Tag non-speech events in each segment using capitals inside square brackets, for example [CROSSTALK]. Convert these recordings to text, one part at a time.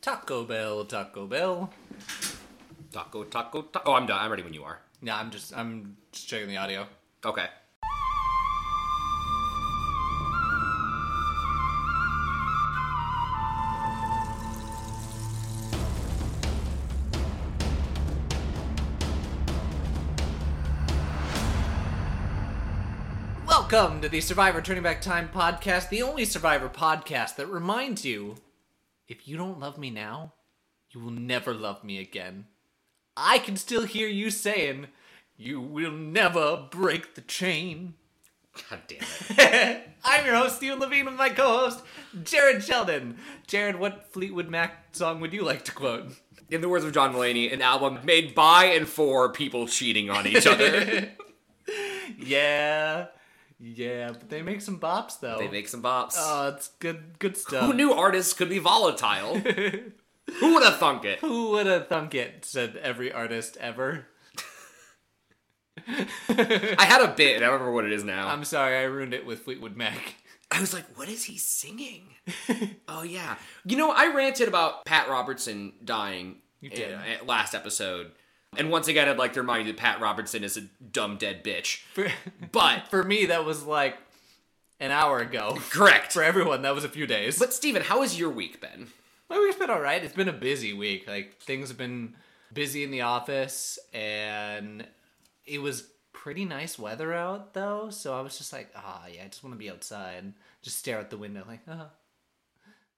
Taco Bell, Taco Bell. Taco, taco, taco. Oh, I'm done. I'm ready when you are. Nah, I'm just I'm just checking the audio. Okay. Welcome to the Survivor Turning Back Time podcast, the only Survivor podcast that reminds you if you don't love me now, you will never love me again. I can still hear you saying, You will never break the chain. God damn it. I'm your host, Steven Levine, with my co host, Jared Sheldon. Jared, what Fleetwood Mac song would you like to quote? [LAUGHS] In the words of John Mulaney, an album made by and for people cheating on each other. Yeah, yeah, but they make some bops, though. they make some bops. Oh, it's good, good stuff. Who knew artists could be volatile? Who would have thunk it? Who would have thunk it? Said every artist ever. I had a bit, and I don't remember what it is now. I'm sorry, I ruined it with Fleetwood Mac. [LAUGHS] I was like, what is he singing? oh, yeah. You know, I ranted about Pat Robertson dying did. uh, at last episode. And once again, I'd like to remind you that Pat Robertson is a dumb, dead bitch. For, But, for me, that was like an hour ago. [LAUGHS] correct. For everyone, that was a few days. But, Steven, how has your week been? my week's been all right. It's been a busy week. Like things have been busy in the office, and it was pretty nice weather out though. So I was just like, ah, yeah, I just want to be outside, just stare out the window, like, ah.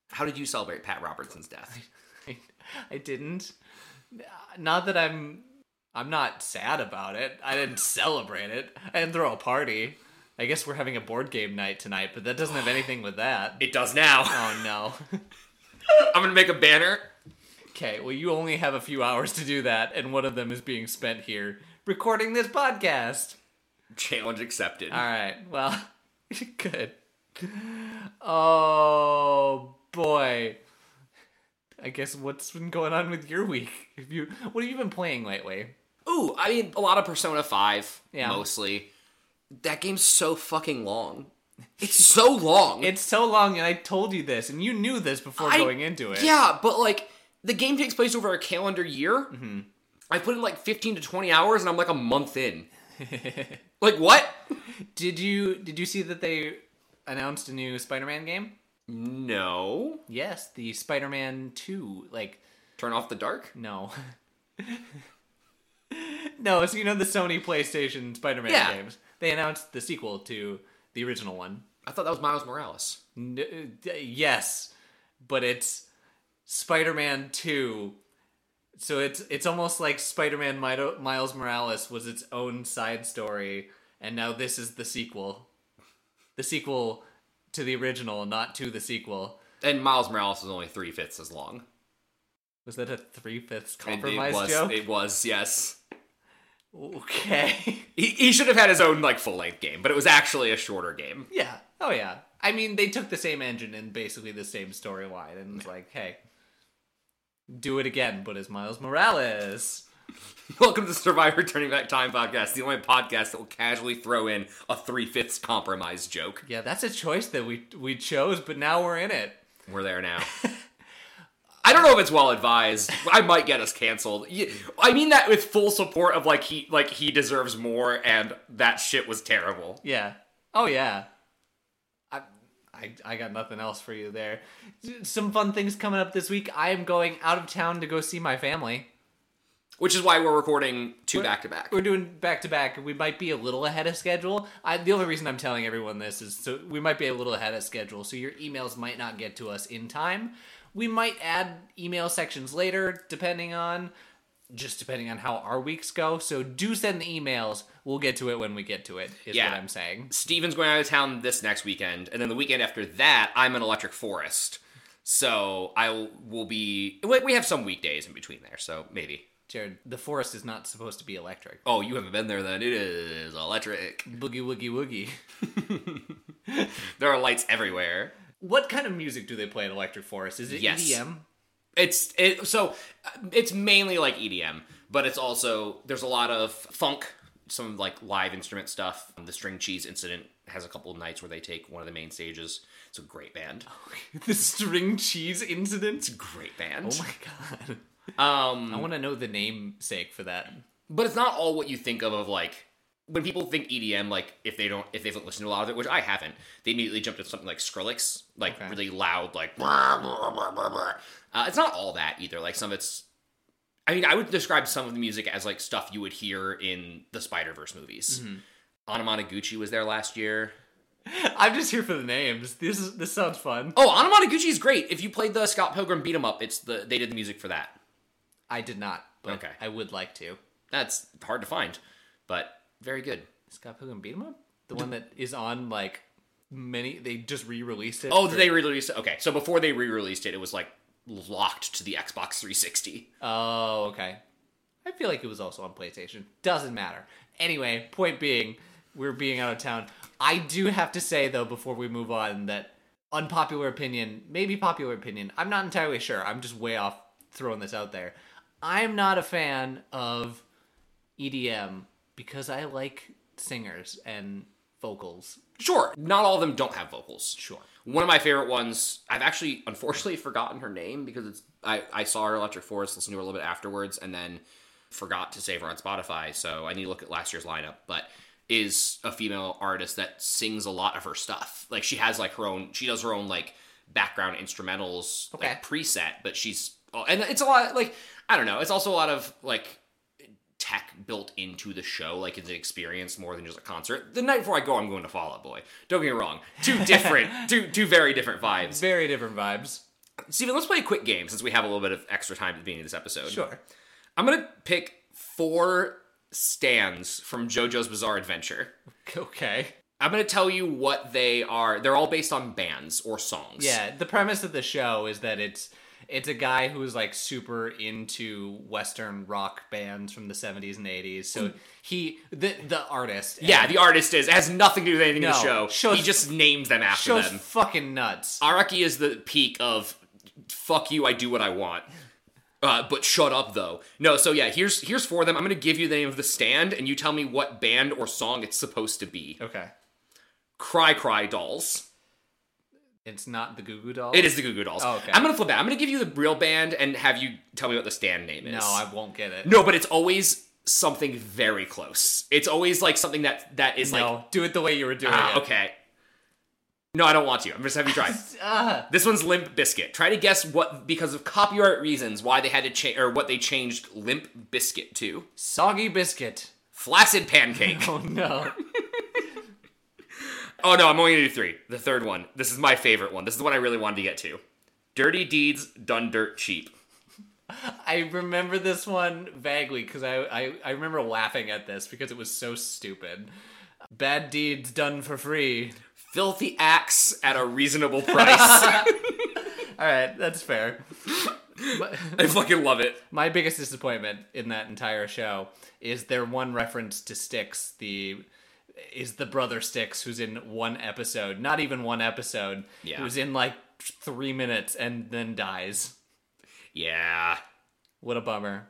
How did you celebrate Pat Robertson's death? I, [LAUGHS] I didn't. Not that I'm I'm not sad about it. I didn't celebrate it. I didn't throw a party. I guess we're having a board game night tonight, but that doesn't have anything with that. It does now. Oh no. [LAUGHS] [LAUGHS] I'm gonna make a banner. Okay, well you only have a few hours to do that and one of them is being spent here recording this podcast. Challenge accepted. All right. Well, [LAUGHS] good. Oh boy. I guess what's been going on with your week? Have you what have you been playing lately? Ooh, I mean, a lot of Persona 5, Yeah. mostly. That game's so fucking long. It's so long. It's so long, and I told you this, and you knew this before I- going into it. Yeah, but like the game takes place over a calendar year. Mm-hmm. I put in like 15 to 20 hours and I'm like a [LAUGHS] month in. like what? Did you did you see that they announced a new Spider-Man game? No. Yes, the Spider-Man Two. Like Turn off the dark? no, [LAUGHS] no. So you know the Sony PlayStation Spider-Man Yeah. games. They announced the sequel to the original one. I thought that was Miles Morales. N- uh, d- yes, but it's Spider-Man Two. So it's it's almost like Spider-Man Mido- Miles Morales was its own side story, and now this is the sequel, the sequel to the original, not to the sequel. And Miles Morales is only three fifths as long. Was that a three fifths And it compromise was, joke? it was, yes. Okay. [LAUGHS] He, he should have had his own like full length game, but it was actually a shorter game. [LAUGHS] yeah. Oh yeah. I mean, they took the same engine and basically the same storyline, and it's like, hey, do it again, but as Miles Morales. Welcome to Survivor Turning Back Time podcast, the only podcast that will casually throw in a three fifths compromise joke. Yeah, that's a choice that we we chose, but now we're in it. We're [LAUGHS] there now. I don't know if it's well advised. I might get us canceled. Y- I mean that with full support of like he like he deserves more and that shit was terrible. Yeah. Oh yeah. I I, I got nothing else for you there. Some fun things coming up this week. I am going out of town to go see my family. Which is why we're recording two back to back. We're doing back to back. We might be a little ahead of schedule. I, the only reason I'm telling everyone this is so we might be a little ahead of schedule. So your emails might not get to us in time. We might add email sections later, depending on just depending on how our weeks go. So do send the emails. We'll get to it when we get to it. Is Yeah. what I'm saying. Steven's going out of town this next weekend, and then the weekend after that, I'm in Electric Forest. So I will be. we- We have some weekdays in between there, so maybe. Jared, the forest is not supposed to be electric. Oh, you haven't been there then. It is electric. Boogie woogie woogie. There are lights everywhere. What kind of music do they play at Electric Forest? Is it E Yes. EDM? It's it, so uh, it's mainly like EDM, but it's also there's a lot of funk, some like live instrument stuff. The string cheese incident has a couple of nights where they take one of the main stages. It's a great band. [LAUGHS] the string cheese incident. It's a great band. Oh my god. um, I want to know the namesake for that. [LAUGHS] but it's not all what you think of of like when people think EDM, like if they don't if they haven't listened to a lot of it, which I haven't, they immediately jump to something like Skrillex, like Okay. really loud, like blah, blah, blah, blah, blah. Uh, it's not all that either. Like some of it's, I mean, I would describe some of the music as like stuff you would hear in the Spider Verse movies. Anna Monoguchi was there last year. I'm just here for the names. This is this sounds fun. Oh, Anna Monoguchi is great. If you played the Scott Pilgrim Beat 'Em Up, it's the they did the music for that. I did not, but Okay. I would like to. That's hard to find, but very good. Scott Pilgrim beat 'em up. The one that is on like many. They just re-released it. Oh, for- did they re-release it? Okay, so before they re-released it, it was like locked to the Xbox 360. Oh, okay. I feel like it was also on PlayStation. Doesn't matter. Anyway, point being, we're being out of town. I do have to say though, before we move on, that unpopular opinion, maybe popular opinion. I'm not entirely sure. I'm just way off throwing this out there. I'm not a fan of EDM because I like singers and vocals. Sure, not all of them don't have vocals. Sure. One of my favorite ones, I've actually [LAUGHS] unfortunately forgotten her name because it's I, I saw her at Electric Forest, listened to her a little bit afterwards, and then forgot to save her on Spotify, so I need to look at last year's lineup, but is a female artist that sings a lot of her stuff. Like she has like her own she does her own like background instrumentals Okay. like preset, but she's oh, and it's a lot like I don't know, it's also a lot of like tech built into the show, like it's an experience more than just a concert. The night before I go, I'm going to Fall Out Boy. Don't get me wrong. [LAUGHS] Two different, two two very different vibes. Very different vibes. Steven, let's play a quick game since we have a little bit of extra time at the beginning of this episode. Sure. [LAUGHS] I'm gonna pick four stands from JoJo's Bizarre Adventure. Okay. I'm gonna tell you what they are. They're all based on bands or songs. Yeah, the premise of the show is that it's it's a guy who is like super into Western rock bands from the seventies and eighties. So he the the artist and Mm. Yeah, the artist is. It has nothing to do with anything in the No, show. shows- he just named them after show's them. fucking nuts. Araki is the peak of fuck you, I do what I want. Uh, but shut up though. No, so yeah, here's here's for them. I'm gonna give you the name of the stand, and you tell me what band or song it's supposed to be. Okay. Cry Cry Dolls. It's not the Goo Goo Dolls. It is the Goo Goo Dolls. Oh, okay. I'm gonna flip that. I'm gonna give you the real band and have you tell me what the stand name is. No, I won't get it. no, but it's always something very close. It's always like something that that is No, like do it the way you were doing ah, it. okay. No, I don't want to. I'm just having you [LAUGHS] try. Ah, This one's Limp Biscuit. Try to guess what, because of copyright reasons, why they had to change or what they changed Limp Biscuit to. soggy biscuit. [LAUGHS] Flaccid Pancake. Oh no. oh no, I'm only gonna do three. The third one. This is my favorite one. This is the one I really wanted to get to. Dirty Deeds Done Dirt Cheap. I remember this one vaguely because I, I I remember laughing at this because it was so stupid. Bad deeds done for free. Filthy Axe at a Reasonable Price. [LAUGHS] All right, that's fair. But- I fucking love it. my biggest disappointment in that entire show is their one reference to Styx, the is the brother Styx who's in one episode, not even one episode, Yeah. who's in like three minutes and then dies. Yeah. What a bummer.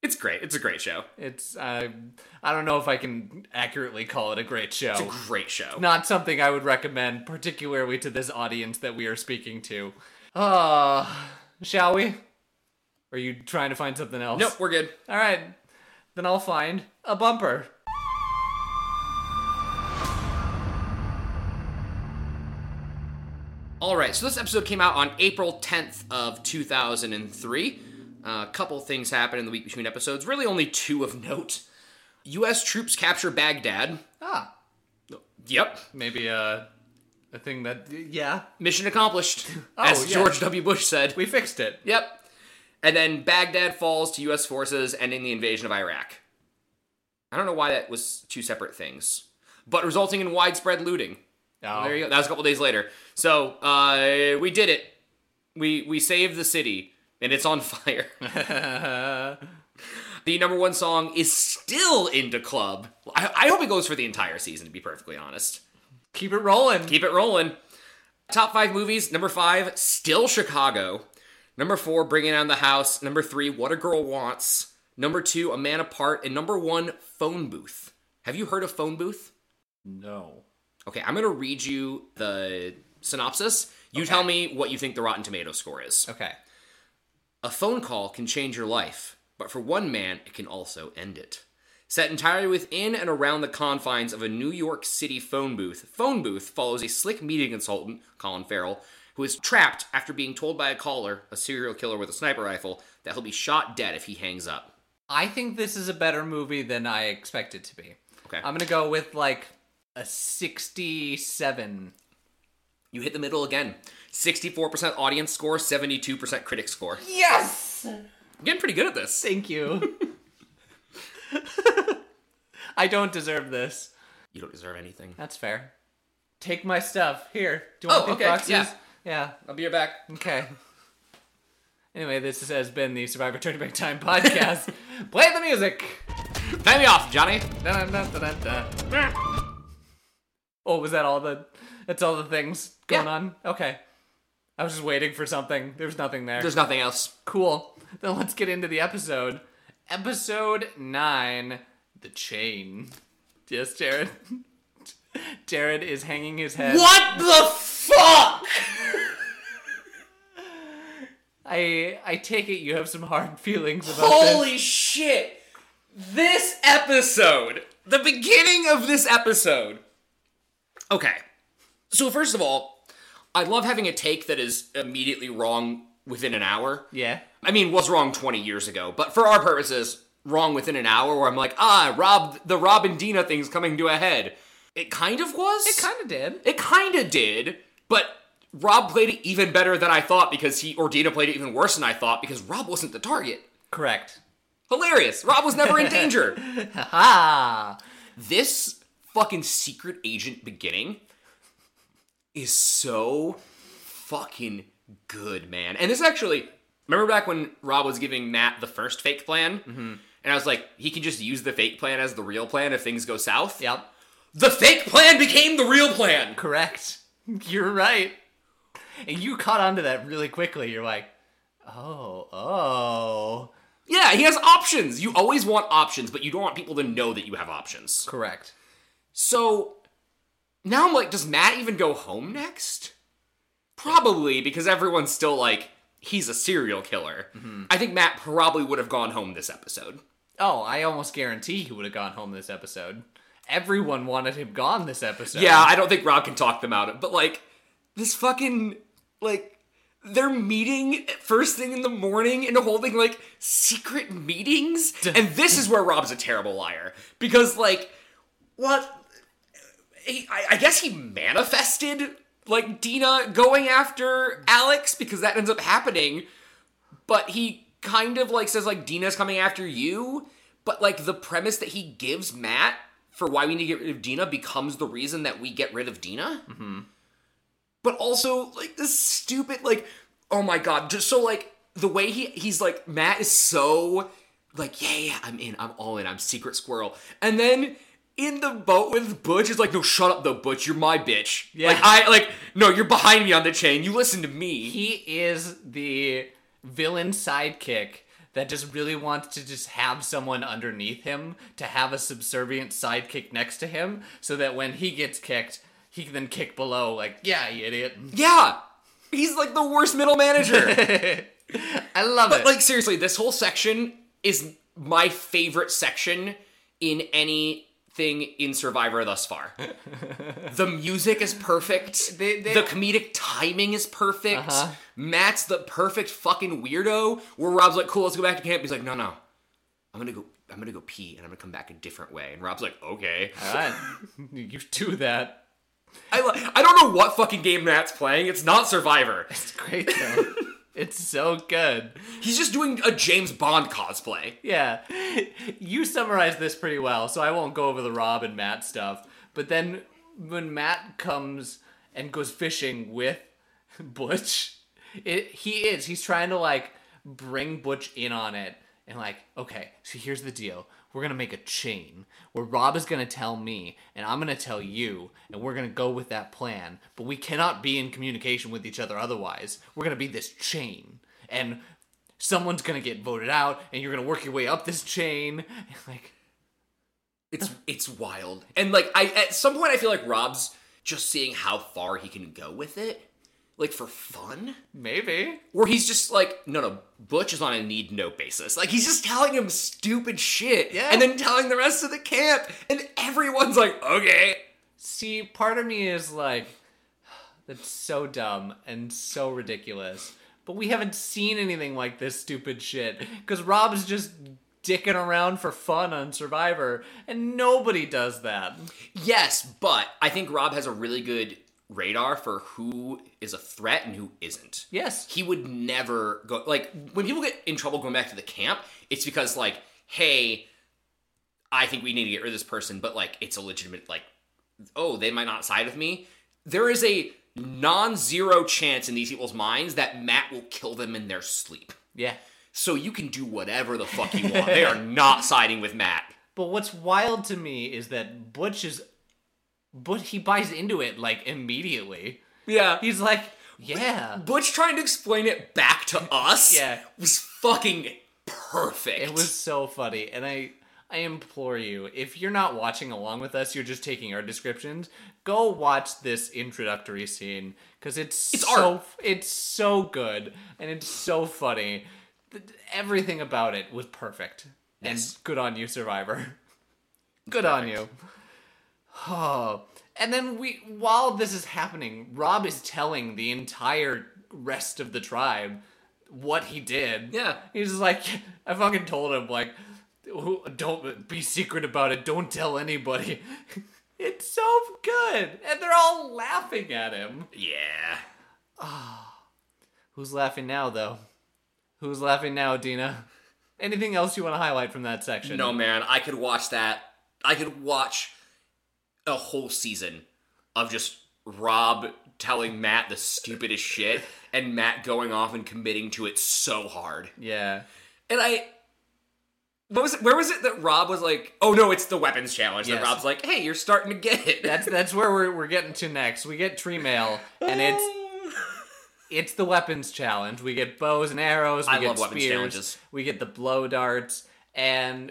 It's great. It's a great show. It's I I don't know if I can accurately call it a great show. Great show. Not something I would recommend, particularly to this audience that we are speaking to. Ah, shall we? Are you trying to find something else? Nope, we're good. All right, then I'll find a bumper. All right, so this episode came out on April 10th of 2003. Uh, A couple things happened in the week between episodes, really only two of note. US troops capture Baghdad. Ah, Yep. maybe a a thing that yeah, Mission accomplished, [LAUGHS] Oh, as yeah. George W. Bush said. we fixed it. Yep. And then Baghdad falls to US forces, ending the invasion of Iraq. I don't know why that was two separate things, but resulting in widespread looting. Oh, There you go. That was a couple days later. So uh, we did it. We we saved the city, and it's on [LAUGHS] fire. the number one song is still into club. I, I hope it goes for the entire season. To be perfectly honest, keep it rolling. keep it rolling. Top five movies. Number five, still Chicago. Number four, Bringing Down the House. Number three, What a Girl Wants. Number two, A Man Apart. And number one, Phone Booth. Have you heard of Phone Booth? no, Okay, I'm gonna read you the synopsis. You Okay. tell me what you think the Rotten Tomato score is. Okay. A phone call can change your life, but for one man, it can also end it. Set entirely within and around the confines of a New York City phone booth, Phone Booth follows a slick media consultant, Colin Farrell, who is trapped after being told by a caller, a serial killer with a sniper rifle, that he'll be shot dead if he hangs up. I think this is a better movie than I expect it to be. Okay. I'm gonna go with like a 67. You hit the middle again. 64% audience score, 72% critic score. Yes! I'm getting pretty good at this. Thank [LAUGHS] you. I don't deserve this. You don't deserve anything. That's fair. Take my stuff. Here. Do you want Oh, the okay, boxes? yeah. Yeah. I'll be right back. Okay. Anyway, this has been the Survivor Turning Back Time podcast. [LAUGHS] Play the music. Pay me off, [LAUGHS] Johnny. Dun, dun, dun, dun, dun. Oh, was that all the? That's all the things going Yeah. on. Okay. I was just waiting for something. There's nothing there. There's nothing else. cool. Then let's get into the episode. Episode nine. The chain. Yes, Jared. [LAUGHS] Jared is hanging his head. What the fuck? I I take it you have some hard [LAUGHS] feelings about this. Holy shit! This episode, the beginning of this episode. Okay. So, first of all, I love having a take that is immediately wrong within an hour. Yeah. I mean, was wrong 20 years ago, but for our purposes, wrong within an hour where I'm like, ah, Rob, the Rob and Dina thing's coming to a head. It kind of was. It kind of did. It kind of did, but Rob played it even better than I thought because he, or Dina played it even worse than I thought because Rob wasn't the target. Correct. [LAUGHS] Hilarious. Rob was never in danger. Ah. this fucking secret agent beginning is so fucking good, man. And this actually, remember back when Rob was giving Matt the first fake plan? Mm-hmm. And I was like, he can just use the fake plan as the real plan if things go south. Yep. The fake plan became the real plan. Correct. You're right. And you caught onto that really quickly. You're like, oh, oh. Yeah, he has options. You always want options, but you don't want people to know that you have options. Correct. So now I'm like, does Matt even go home next? Probably because everyone's still like, he's a serial killer. I think Matt probably would have gone home this episode. Oh, I almost guarantee he would have gone home this episode. Everyone wanted him gone this episode. Yeah, I don't think Rob can talk them out of it, but like, this fucking, like, they're meeting at first thing in the morning and holding like secret meetings. and this is where Rob's a terrible liar because, like, what? He, I, I guess he manifested like Dina going after Alex because that ends up happening. But he kind of like says like Dina's coming after you. But like the premise that he gives Matt for why we need to get rid of Dina becomes the reason that we get rid of Dina. Mm-hmm. But also like this stupid like oh my god just so like the way he he's like Matt is so like yeah yeah I'm in I'm all in I'm secret squirrel and then. In the boat with Butch is like, no, shut up though, Butch. You're my bitch. Yeah. Like I like, no, you're behind me on the chain. You listen to me. He is the villain sidekick that just really wants to just have someone underneath him to have a subservient sidekick next to him so that when he gets kicked, he can then kick below, like, yeah, you idiot. [LAUGHS] Yeah. He's like the worst middle manager. I love it. like seriously, this whole section is my favorite section in anything in Survivor thus [LAUGHS] far. the music is perfect. They- they- the comedic timing is perfect. Uh-huh. Matt's the perfect fucking weirdo. Where Rob's like, "Cool, let's go back to camp." He's like, "No, no. I'm going to go I'm going to go pee and I'm going to come back a different way." And Rob's like, "Okay." All right. [LAUGHS] you do that. I li- I don't know what fucking game Matt's playing. It's not Survivor. It's great though. [LAUGHS] it's so good. He's just doing a James Bond cosplay. Yeah. You summarized this pretty well, so I won't go over the Rob and Matt stuff. But then when Matt comes and goes fishing with Butch, it, he is. He's trying to like bring Butch in on it and like, okay, so here's the deal. We're gonna make a chain where Rob is gonna tell me and I'm gonna tell you, and we're gonna go with that plan. But we cannot be in communication with each other otherwise. We're gonna be this chain. And someone's gonna get voted out and you're gonna work your way up this chain [LAUGHS] like It's it's wild. And like I at some point I feel like Rob's just seeing how far he can go with it, like for fun. Maybe. Where he's just like, no, no, Butch is on a need note basis. Like he's just telling him stupid shit, Yeah. and then telling the rest of the camp, and everyone's like, okay, See, part of me is like, [SIGHS] that's so dumb and so ridiculous. But we haven't seen anything like this stupid shit. Because Rob's just dicking around for fun on Survivor, and nobody does that. Yes, but I think Rob has a really good radar for who is a threat and who isn't. Yes. He would never go like when people get in trouble going back to the camp, it's because like, hey, I think we need to get rid of this person, but like it's a legitimate like oh, they might not side with me. There is a non-zero chance in these people's minds that Matt will kill them in their sleep. Yeah. So you can do whatever the fuck you [LAUGHS] want. they are not siding with Matt. But what's wild to me is that Butch is. But he buys into it like immediately. Yeah. He's like, yeah. Butch trying to explain it back to us Yeah. was fucking perfect. It [LAUGHS] was so funny, and I I implore you, if you're not watching along with us, you're just taking our descriptions. Go watch this introductory scene because it's It's so art. it's so good and it's so funny. Th- Everything about it was perfect, Yes. and good on you, Survivor. good on you. Oh, and then we while this is happening, Rob is telling the entire rest of the tribe what he did. Yeah. He's just like, I fucking told him, like, "Who- don't be secret about it. Don't tell anybody. [LAUGHS] It's so good. And they're all laughing at him. Yeah. Who's laughing now, though? Who's laughing now, Dina? Anything else you want to highlight from that section? No man, I could watch that. I could watch a whole season of just Rob telling Matt the stupidest shit and Matt going off and committing to it so hard. Yeah. And I what was it, where was it that Rob was like, "Oh no, it's the weapons challenge." And Yes. Rob's like, "Hey, you're starting to get it." [LAUGHS] That's that's where we're, we're getting to next. We get tree mail, and it's [LAUGHS] it's the weapons challenge. We get bows and arrows. We I get love spears. weapons challenges. We get the blow darts, and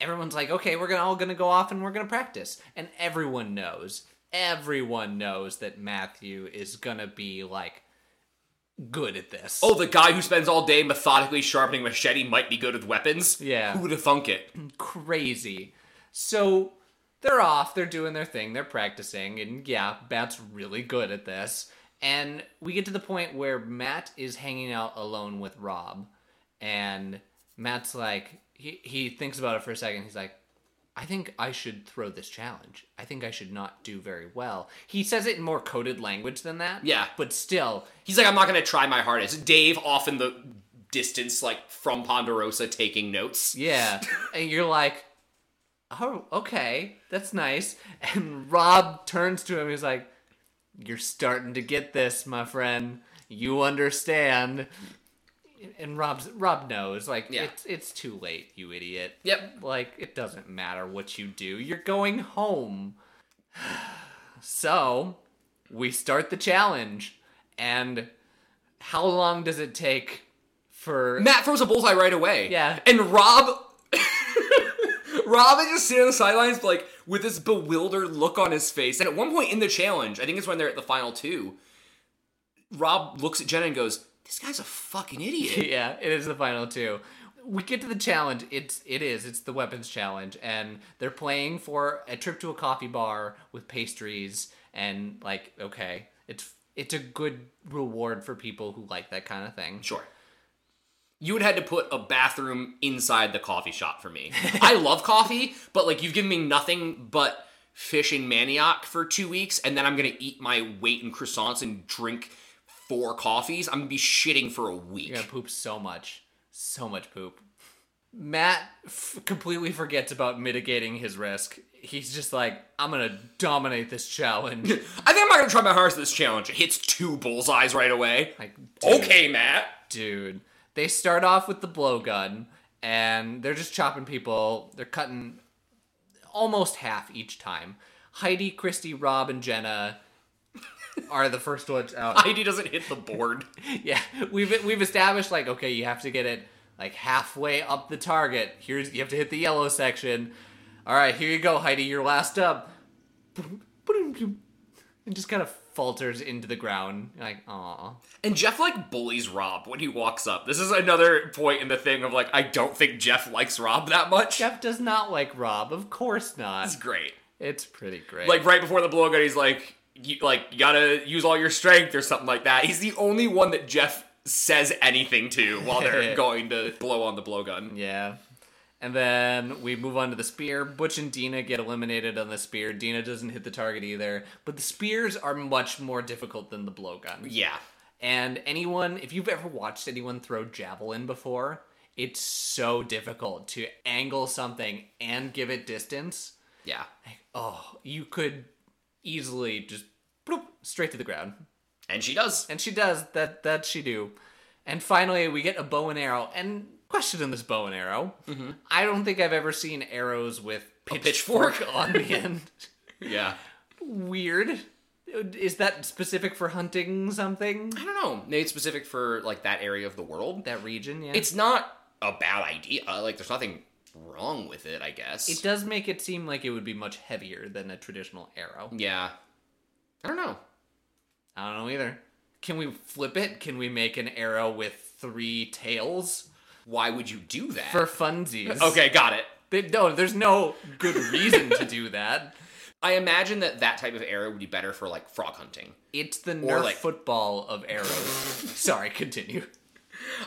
everyone's like, "Okay, we're gonna all gonna go off and we're gonna practice." And everyone knows, everyone knows that Matthew is gonna be like good at this. Oh, the guy who spends all day methodically sharpening machete might be good with weapons? Yeah. Who would have thunk it? crazy. So they're off, they're doing their thing, they're practicing, and yeah, Matt's really good at this. And we get to the point where Matt is hanging out alone with Rob, and Matt's like, he, he thinks about it for a second. He's like, I think I should throw this challenge. I think I should not do very well. He says it in more coded language than that. Yeah. But still, He's like, I'm not gonna try my hardest. Dave off in the distance, like from Ponderosa taking notes. Yeah. and you're like, oh, okay, that's nice. And Rob turns to him. He's like, you're starting to get this, my friend. You understand. And Rob's Rob knows, like, Yeah. it's it's too late, you idiot. Yep. Like, it doesn't matter what you do. You're going home. [SIGHS] so, we start the challenge. And how long does it take for Matt throws a bullseye right away. Yeah. And Rob [LAUGHS] Rob is just sitting on the sidelines like with this bewildered look on his face. And at one point in the challenge, I think it's when they're at the final two, Rob looks at Jenna and goes, This guy's a fucking idiot. yeah, it is the final two. We get to the challenge. It's it is. It's the weapons challenge, and they're playing for a trip to a coffee bar with pastries and like okay, it's it's a good reward for people who like that kind of thing. Sure. You would had to put a bathroom inside the coffee shop for me. I love coffee, but like you've given me nothing but fish and manioc for two weeks, and then I'm gonna eat my weight in croissants and drink four coffees. I'm gonna be shitting for a week. You're gonna poop so much, so much poop. Matt f- completely forgets about mitigating his risk. He's just like, I'm gonna dominate this challenge. [LAUGHS] I think I'm not gonna try my hardest at this challenge. It hits two bullseyes right away. Like, dude. okay, Matt. [LAUGHS] dude. They start off with the blowgun, and they're just chopping people. They're cutting almost half each time. Heidi, Christy, Rob, and Jenna are the first ones out. [LAUGHS] Heidi doesn't hit the board. [LAUGHS] yeah, we've we've established like okay, you have to get it like halfway up the target. Here's you have to hit the yellow section. All right, here you go, Heidi. You're last up. and just kind of falters into the ground. You're like, aw. And Jeff like bullies Rob when he walks up. This is another point in the thing of like I don't think Jeff likes Rob that much. Jeff does not like Rob. Of course It's not. great. It's pretty great. Like right before the blowgun, he's like, you, like you gotta use all your strength or something like that. He's the only one that Jeff says anything to while [LAUGHS] they're going to blow on the blowgun. yeah. And then we move on to the spear. Butch and Dina get eliminated on the spear. Dina doesn't hit the target either. But the spears are much more difficult than the blowgun. Yeah, And anyone, if you've ever watched anyone throw javelin before, it's so difficult to angle something and give it distance. yeah. Oh, you could easily just bloop, straight to the ground. And she does. And she does that. That she do. And finally, we get a bow and arrow. And question in this bow and arrow. I don't think I've ever seen arrows with Mm-hmm. A pitchfork [LAUGHS] on the end. Yeah. Weird. Is that specific for hunting something? I don't know. Maybe it's specific for like that area of the world. That region? Yeah. It's not a bad idea. Like there's nothing wrong with it, I guess. it does make it seem like it would be much heavier than a traditional arrow. yeah. I don't know. I don't know either. Can we flip it? Can we make an arrow with three tails Why would you do that? for funsies? okay, got it. They- no, there's no good reason to do that. I imagine that that type of arrow would be better for like frog hunting. It's the Nerf like- football of arrows. [LAUGHS] Sorry, continue.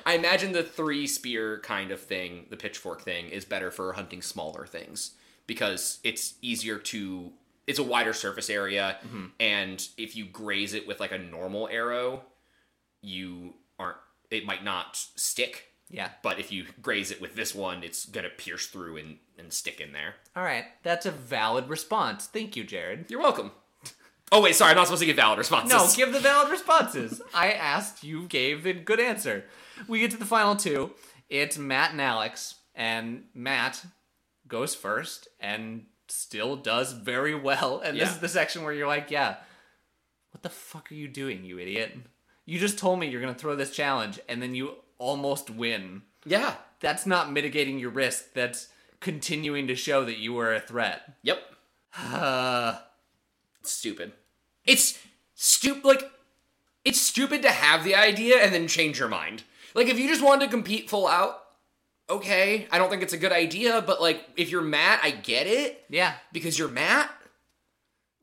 I imagine the three spear kind of thing, the pitchfork thing, is better for hunting smaller things because it's easier to. It's a wider surface area, Mm-hmm. and if you graze it with like a normal arrow, you aren't. It might not stick, Yeah. but if you graze it with this one, it's gonna pierce through and, and stick in there. All right. That's a valid response. Thank you, Jared. You're welcome. [LAUGHS] Oh wait, sorry, I'm not supposed to give valid responses. No, give the valid responses. I asked, you gave a good answer. We get to the final two. It's Matt and Alex, and Matt goes first and still does very well. And this Yeah. is the section where you're like, yeah, what the fuck are you doing, you idiot? You just told me you're going to throw this challenge, and then you almost win. yeah. that's not mitigating your risk. That's continuing to show that you were a threat. Yep. [SIGHS] stupid. It's stupid. Like, it's stupid to have the idea and then change your mind. Like, if you just wanted to compete full out, okay. I don't think it's a good idea, but like, if you're Matt, I get it Yeah. because you're Matt.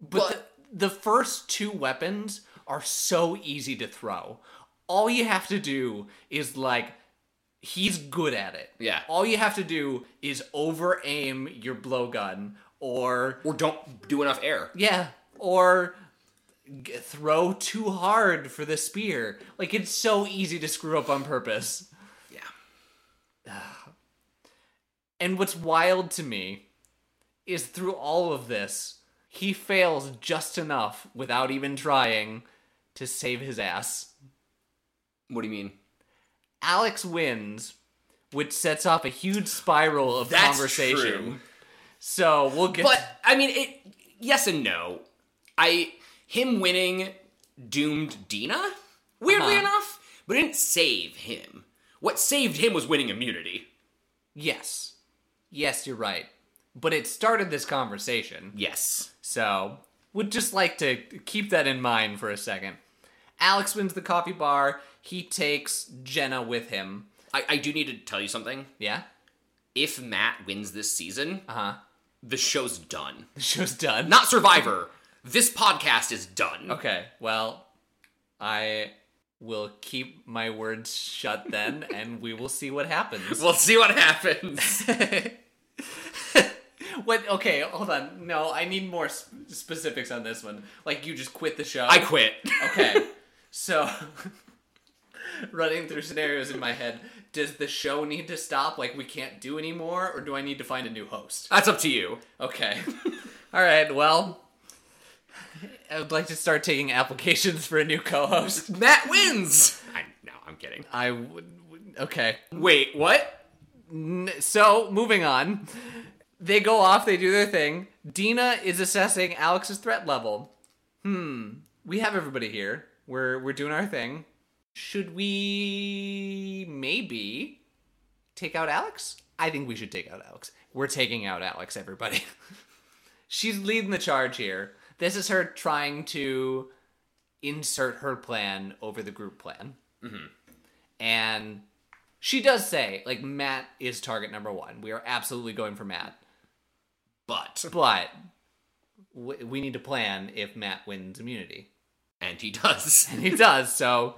But the, the first two weapons are so easy to throw. All you have to do is like he's good at it. Yeah. All you have to do is over aim your blowgun or Or don't do enough air. yeah, or g- throw too hard for the spear. Like it's so easy to screw up on purpose. Yeah. And what's wild to me is through all of this, he fails just enough without even trying to save his ass. What do you mean? Alex wins, which sets off a huge spiral of That's conversation. true. So we'll get. But I mean, it. Yes and no. I him winning doomed Dina. Weirdly Uh-huh. enough, but it didn't save him. What saved him was winning immunity. yes, yes, you're right. But it started this conversation. Yes. So, would just like to keep that in mind for a second. Alex wins the coffee bar. He takes Jenna with him. I, I do need to tell you something. Yeah? [LAUGHS] If Matt wins this season, Uh huh. the show's done. The show's done. Not Survivor. This podcast is done. Okay, well, I will keep my words shut then, [LAUGHS] and we will see what happens. We'll see what happens. What? Okay, hold on. No, I need more sp- specifics on this one. Like, you just quit the show. [LAUGHS] I quit. [LAUGHS] okay, so [LAUGHS] running through scenarios in my head. Does the show need to stop? Like, we can't do anymore, or do I need to find a new host? That's up to you. Okay. [LAUGHS] All right. Well, I would like to start taking applications for a new co-host. Matt wins. I, no, I'm kidding. I would. would- Okay. Wait, what? So, moving on. They go off, they do their thing. Dina is assessing Alex's threat level. Hmm. We have everybody here. We're we're doing our thing. Should we maybe take out Alex? I think we [LAUGHS] should take out Alex. We're taking out Alex, everybody. She's leading the charge here. This is her trying to insert her plan over the group plan. And she does say, like, Matt is target number one. We are absolutely going for Matt. But But w- we need to plan if Matt wins immunity. [LAUGHS] and he does. And he does, so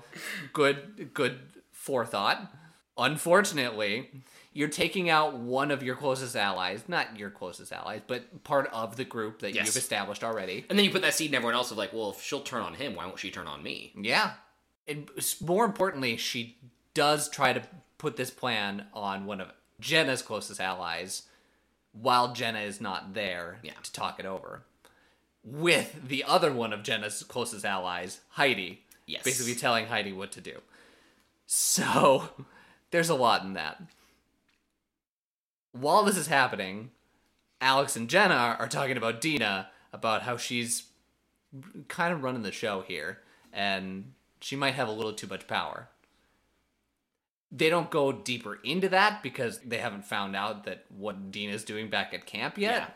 good good forethought. Unfortunately, you're taking out one of your closest allies, not your closest allies, but part of the group that Yes. you've established already. And then you put that seed in everyone else of like, well, if she'll turn on him, why won't she turn on me? Yeah. And s- more importantly, she does try to put this plan on one of Jenna's closest allies while Jenna is not there Yeah. to talk it over with the other one of Jenna's closest allies, Heidi. Yes. Basically telling Heidi what to do. So [LAUGHS] there's a lot in that. While this is happening, Alex and Jenna are talking about Dina, about how she's kind of running the show here, and she might have a little too much power. They don't go deeper into that because they haven't found out that what Dina's doing back at camp yet. Yeah.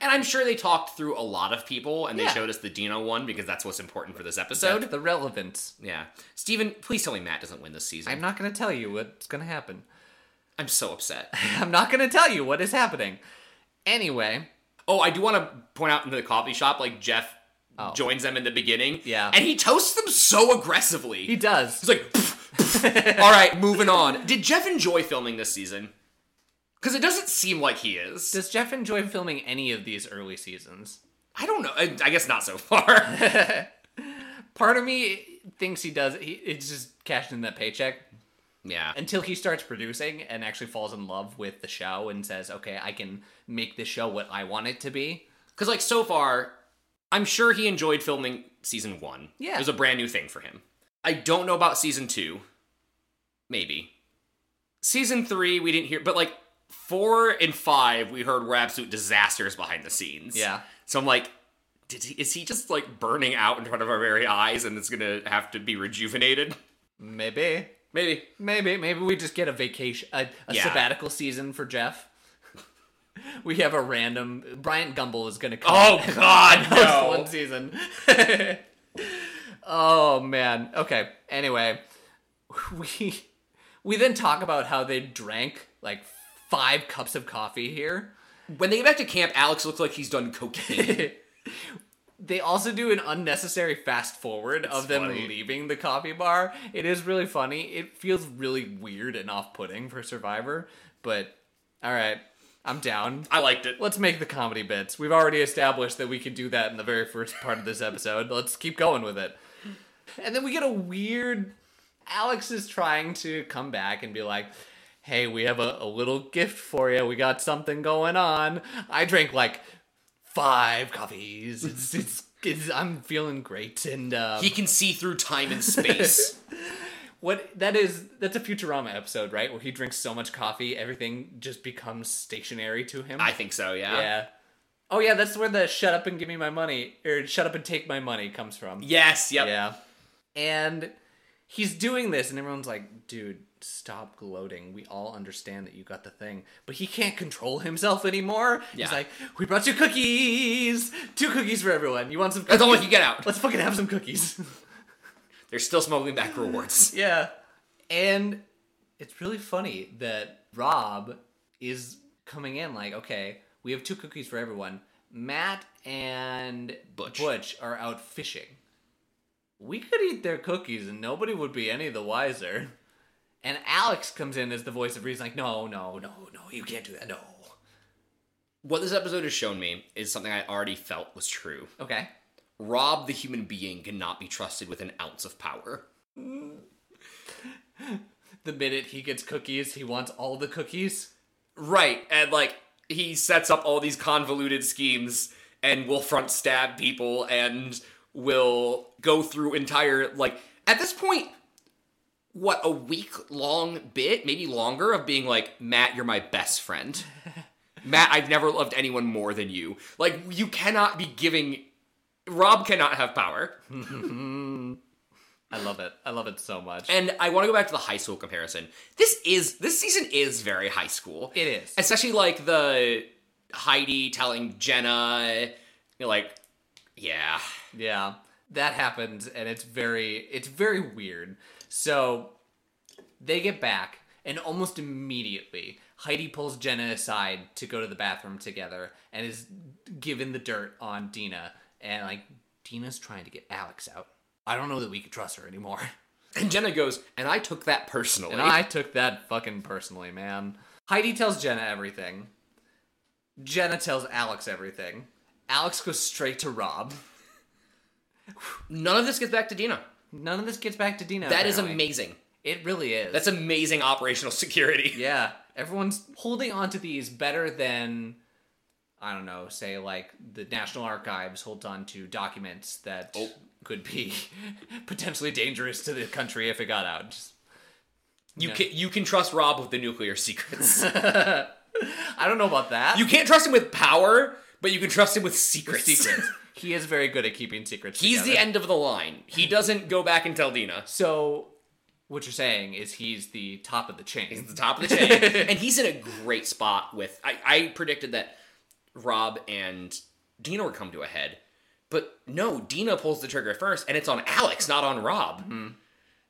And I'm sure they talked through a lot of people and they Yeah. showed us the Dino one because that's what's important for this So episode. the relevance. Yeah. Steven, please tell me Matt doesn't win this season. I'm I'm, not going to tell you what's going to happen. so upset. [LAUGHS] [LAUGHS] I'm not going to tell you what is happening. Anyway, Oh, I do want to point out in the coffee shop, like Jeff joins them in the beginning. Oh. Yeah. And he toasts them so aggressively. he does. [LAUGHS] [LAUGHS] He's like, "Pff, pff." all right, moving on. Did Jeff enjoy filming this season? Because it doesn't seem like he is. Does Jeff enjoy filming any of these early seasons? I don't know. I, I guess not so far. [LAUGHS] Part of me thinks he does. He, it's just cashing in that paycheck yeah. until he starts producing and actually falls in love with the show and says, "Okay, I can make this show what I want it to be." Because, like, so far, I'm sure he enjoyed filming season one. Yeah. It was a brand new thing for him. I don't know about season two. Maybe. Season three, we didn't hear, but like four and five, we heard were absolute disasters behind the scenes. Yeah. So I'm like, did he, is he just like burning out in front of our very eyes and it's gonna have to be rejuvenated? Maybe, Maybe. maybe, maybe we just get a vacation, a, a Yeah. sabbatical season for Jeff. [LAUGHS] we have a random Bryant Gumbel is going to come. [LAUGHS] Oh [LAUGHS] God, That was the no. one season. [LAUGHS] oh man. Okay. Anyway, [LAUGHS] we we then talk about how they drank like five cups of coffee here. [LAUGHS] When they get back to camp, Alex looks like he's done cocaine. They also do an unnecessary fast forward of them funny. leaving the coffee bar. It is really funny. It feels really weird and off-putting for Survivor, but all right, I'm down. [LAUGHS] I liked it. Let's make the comedy bits. We've already established that we can do that in the very first part of this episode. Let's keep going with it. And then we get a weird. Alex is trying to come back and be like, hey, we have a, a little gift for you. We got something going on. I drank like five coffees. It's, it's, it's, I'm feeling great. And um, He can see through time and [LAUGHS] space. what that is, that's a Futurama episode, right? Where he drinks so much coffee, everything just becomes stationary to him. I think so. Yeah. Oh yeah, that's where the "shut up and give me my money" or "shut up and take my money" comes from. Yes. Yep. Yeah. And he's doing this, and everyone's like, "Dude, stop gloating. We all understand that you got the thing." But he can't control himself anymore. Yeah. He's like, "We brought you cookies. Two cookies for everyone. You want some? That's Cookies? all we can get out. [LAUGHS] Let's fucking have some cookies." [LAUGHS] They're still smuggling back rewards. [LAUGHS] yeah. And it's really funny that Rob is coming in like, okay, we have two cookies for everyone. Matt and Butch. are out fishing. We could eat their cookies and nobody would be any the wiser. And Alex comes in as the voice of reason, like, no, no, no, no, you can't do that, no. What this episode has shown me is something I already felt was true. Okay. Rob, the human being, cannot be trusted with an ounce of power. The minute he gets cookies, he wants all the cookies. Right, and like he sets up all these convoluted schemes and will front stab people and will go through entire like at this point what a week long bit, maybe longer of being like Matt, you're my best friend. Matt, I've never loved anyone more than you. Like you cannot be giving Rob cannot have power. I love it. I love it so much. And I want to go back to the high school comparison. This is this season is very high school. It is. especially like the Heidi telling Jenna, you know, like Yeah. Yeah, that happens, and it's very it's very weird. So they get back, and almost immediately, Heidi pulls Jenna aside to go to the bathroom together, and is given the dirt on Dina, and like Dina's trying to get Alex out. I don't know that we could trust her anymore. [LAUGHS] And Jenna goes, and I took that personally. And I took that fucking personally, man. Heidi tells Jenna everything. Jenna tells Alex everything. Alex goes straight to Rob. None of this gets back to Dina. None of this gets back to Dina. That is apparently. amazing. It really is. That's amazing operational [LAUGHS] security. yeah. Everyone's holding onto these better than I don't know, say like the National Archives holds on to documents that Oh. could be [LAUGHS] potentially dangerous to the country if it got out. Just- You can you can trust Rob with the [LAUGHS] nuclear secrets. I don't know about that. you can't trust him with power, but you can trust him with secrets. [LAUGHS] secrets. he is very good at keeping secrets. He's together. the end of the line. He doesn't go back and tell Dina. So what you're saying is he's the top of the chain. He's at the top of the chain, and he's in a great spot. With I, I predicted that Rob and Dina would come to a head, but no, Dina pulls the trigger first, and it's on Alex, not on Rob.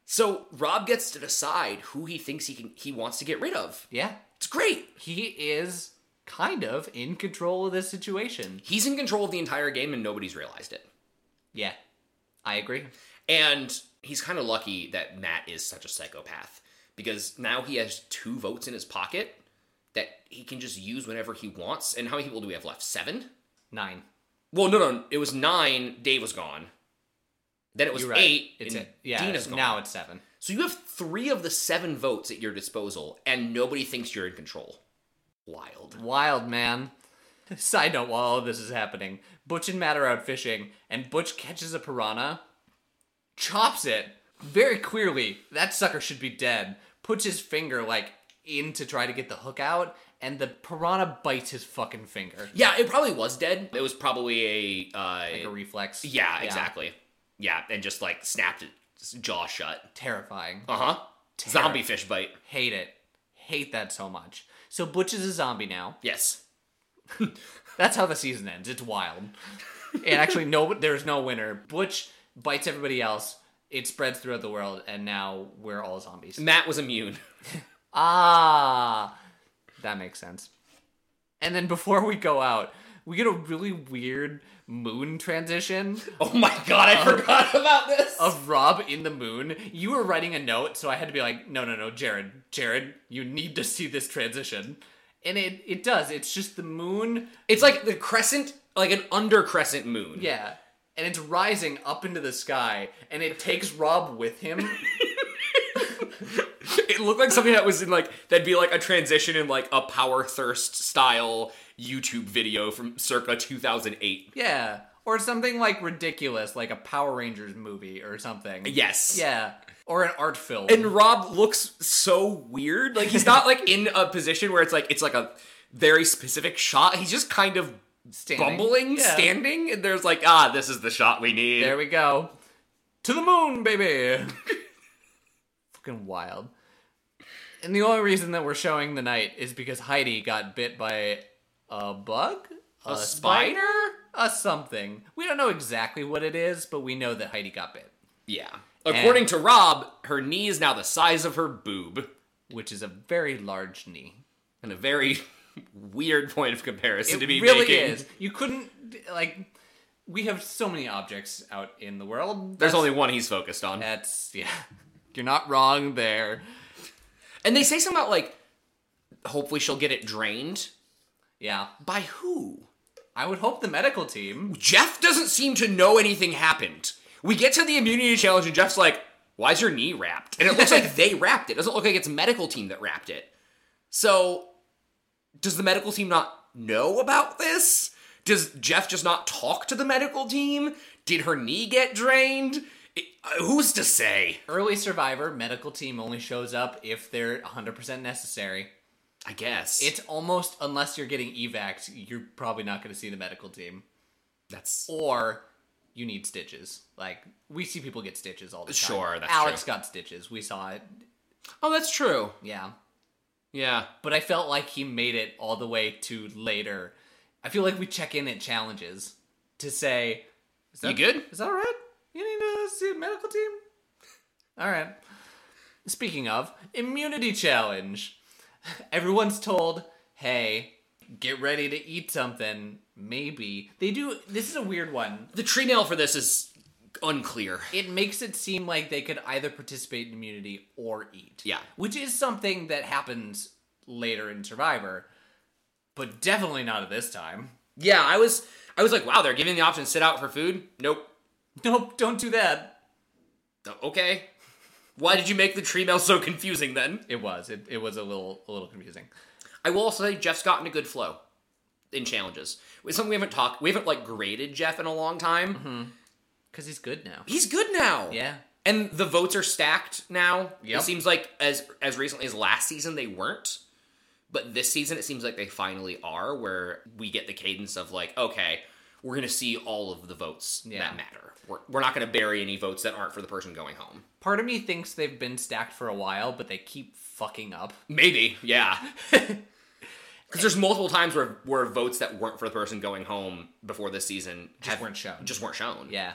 So Rob gets to decide who he thinks he can he wants to get rid of. yeah. It's great. He is kind of in control of this situation. He's in control of the entire game, and nobody's realized it. Yeah. I agree. And he's kind of lucky that Matt is such a psychopath because now he has two votes in his pocket that he can just use whenever he wants. And how many people do we have left? Seven? Nine. Well, no, no. It was nine. Dave was gone. Then it was You're right. eight. It's and it. Yeah. Dina's gone. now it's seven. so you have three of the seven votes at your disposal, and nobody thinks you're in control. Wild. Wild man. [LAUGHS] Side note: While all this is happening, Butch and Matt are out fishing, and Butch catches a piranha, chops it very queerly. That sucker should be dead. Puts his finger like in to try to get the hook out, and the piranha bites his fucking finger. Yeah, it probably was dead. It was probably a. Uh, Like a reflex. yeah, exactly. Yeah, and just like snapped its jaw shut. Terrifying. Uh huh. Zombie fish bite. Hate it. Hate that so much. So Butch is a zombie now. Yes. That's how the season ends. It's wild. and actually, no, there's no winner. Butch bites everybody else. It spreads throughout the world, and now we're all zombies. Matt was immune. [LAUGHS] Ah, that makes sense. And then before we go out, we get a really weird moon transition Oh my god, I forgot about this. of Rob in the moon. You were writing a note, so I had to be like, no, no, no, Jared, Jared, you need to see this transition. And it, it does. It's just the moon It's like the crescent, like an under crescent moon. Yeah. And it's rising up into the sky, and it takes Rob with [LAUGHS] him. It looked like something that was in like that'd be like a transition in like a power thirst style YouTube video from circa 2008. yeah. Or something like ridiculous, like a Power Rangers movie or something. Yes. Yeah. Or an art film. And Rob looks so weird. Like he's not like in a position where it's like it's like a very specific shot. He's just kind of Standing. bumbling, Yeah. standing, and there's like, ah, this is the shot we need. There we go. To the moon, [LAUGHS] baby. Fucking wild. And the only reason that we're showing the night is because Heidi got bit by a bug? a spider? A something. We don't know exactly what it is, but we know that Heidi got bit. Yeah. According to Rob, her knee is now the size of her boob. which is a very large knee. And a very [LAUGHS] weird point of comparison to be really making. is. You couldn't like. We have so many objects out in the world. There's That's- only one he's focused on. that's yeah. [LAUGHS] You're not wrong there. And they say something about like hopefully she'll get it drained. Yeah, By who? I would hope the medical team. Jeff doesn't seem to know anything happened. We get to the immunity challenge and Jeff's like, why's your knee wrapped? And it [LAUGHS] looks like they wrapped it. It doesn't look like it's medical team that wrapped it. So does the medical team not know about this? Does Jeff just not talk to the medical team? Did her knee get drained? It- uh, who's to say? Early survivor medical team only shows up if they're 100% necessary. I guess. It's almost unless you're getting evacs, you're probably not going to see the medical team that's or you need stitches. Like we see people get stitches all the time. Sure, that's Alex true. got stitches. We saw it. Oh, that's true. Yeah. Yeah. but I felt like he made it all the way to later. I feel like we check in at challenges to say, Is You good? Is that all right? You need to see a medical team? [LAUGHS] All right. Speaking of, immunity challenge. [LAUGHS] Everyone's told, hey, get ready to eat something. Maybe. They do. This is a weird one. The tree nail for this is unclear. It makes it seem like they could either participate in immunity or eat. Yeah. Which is something that happens later in Survivor, but definitely not at this time. [LAUGHS] Yeah, I was I was like, wow, they're giving the option sit out for food. Nope. Nope, don't do that. Okay. Why did you make the tree nail so confusing then? It was. It, it was a little a little confusing. I will also say Jeff's gotten a good flow in challenges. It's something we haven't talked we haven't like graded Jeff in a long time. Because he's good now. He's good now. Yeah. And the votes are stacked now. Yep. It seems like as as recently as last season they weren't. But this season it seems like they finally are where we get the cadence of like, okay, we're gonna see all of the votes Yeah. that matter. We're, we're not gonna bury any votes that aren't for the person going home. Part of me thinks they've been stacked for a while, but they keep fucking up. Maybe, yeah. [LAUGHS] Because there's multiple times where where votes that weren't for the person going home before this season Just weren't shown. Just weren't shown. Yeah.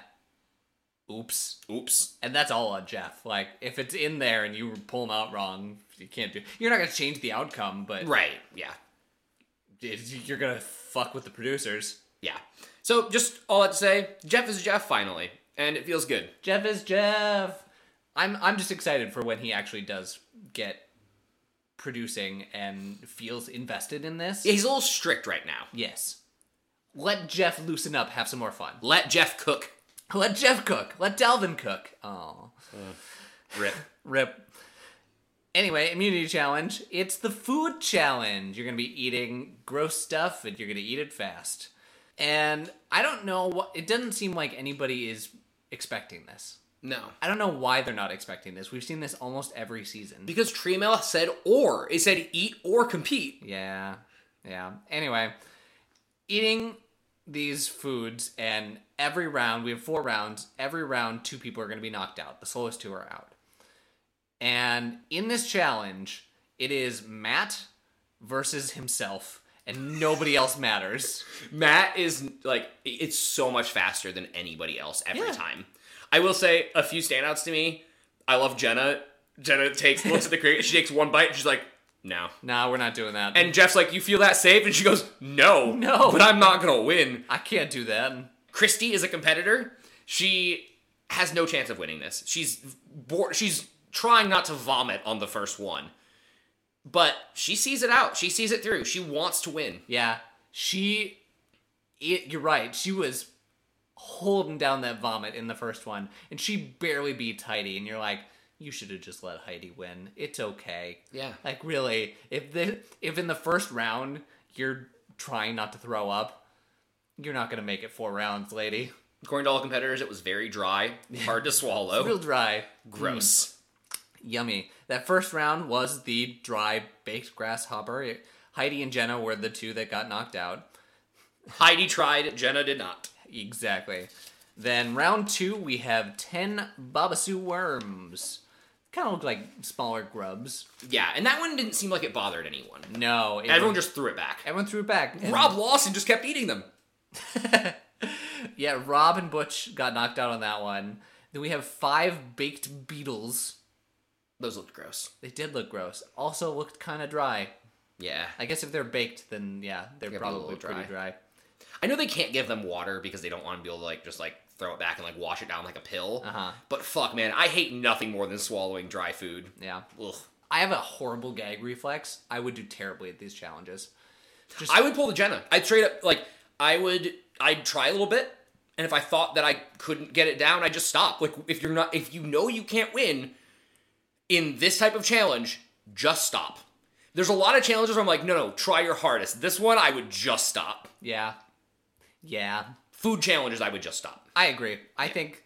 Oops. Oops. And that's all on Jeff. Like, if it's in there and you pull them out wrong, you can't do. You're not gonna change the outcome, but Right. Yeah. it- you're gonna fuck with the producers. Yeah. So just all that to say, Jeff is Jeff finally, and it feels good. Jeff is Jeff. I'm I'm just excited for when he actually does get producing and feels invested in this. Yeah, he's a little strict right now. Yes. Let Jeff loosen up, have some more fun. Let Jeff cook. Let Jeff cook. Let Dalvin cook. Oh. Rip. Rip. Anyway, immunity challenge. It's the food challenge. You're going to be eating gross stuff and you're going to eat it fast. And I don't know what it doesn't seem like anybody is expecting this. [LAUGHS] no. I don't know why they're not expecting this. We've seen this almost every season. Because Tremel said or. It said eat or compete. Yeah. Yeah. Anyway, eating these foods and every round, we have four rounds, every round two people are going to be knocked out. The slowest two are out. And in this challenge, it is Matt versus himself and nobody else matters. Matt is like it's so much faster than anybody else every Yeah. time. I will say a few standouts to me. I love Jenna. Jenna takes looks at the crate. She takes one bite. And she's like, no. Nah, we're not doing that. And Jeff's like, you feel that safe? And she goes, no, No. But I'm not gonna win. I can't do that. Christy is a competitor. She has no chance of winning this. She's bored. She's trying not to vomit on the first one, but she sees it out. She sees it through. She wants to win. Yeah. She it, you're right. She was holding down that vomit in the first one and she barely beats Heidi and you're like you should have just let Heidi win. It's okay. Yeah. Like really, if the if in the first round you're trying not to throw up, you're not going to make it four rounds, lady. According to all competitors, it was very dry, hard to swallow, Real dry. Oh. Mm, gross. Yummy. That first round was the dry baked grasshopper. It- Heidi and Jenna were the two that got knocked out. Heidi tried, Jenna did not. Exactly. Then round two, we have 10 Babasu worms. Kind of look like smaller grubs. Yeah, and that one didn't seem like it bothered anyone. No, it Everyone just threw it back. everyone threw it back. And- Rob Lawson just kept eating them. Yeah, Rob and Butch got knocked out on that one. Then we have five baked beetles. Those looked gross. They did look gross. Also looked kind of dry. Yeah. I guess if they're baked, then yeah, they're They're probably probably dry. pretty dry. I know they can't give them water because they don't want to be able to like just like throw it back and like wash it down like a pill. Uh-huh. But fuck man, I hate nothing more than swallowing dry food. Yeah. Ugh. I have a horrible gag reflex. I would do terribly at these challenges. I would pull the Jenna. I'd straight up like I would I'd try a little bit, and if I thought that I couldn't get it down, I just stop. Like if you're not if you know you can't win in this type of challenge, just stop. There's a lot of challenges where I'm like, no, no, try your hardest. This one I would just stop. Yeah. Yeah. Food challenges I would just stop. I agree. I think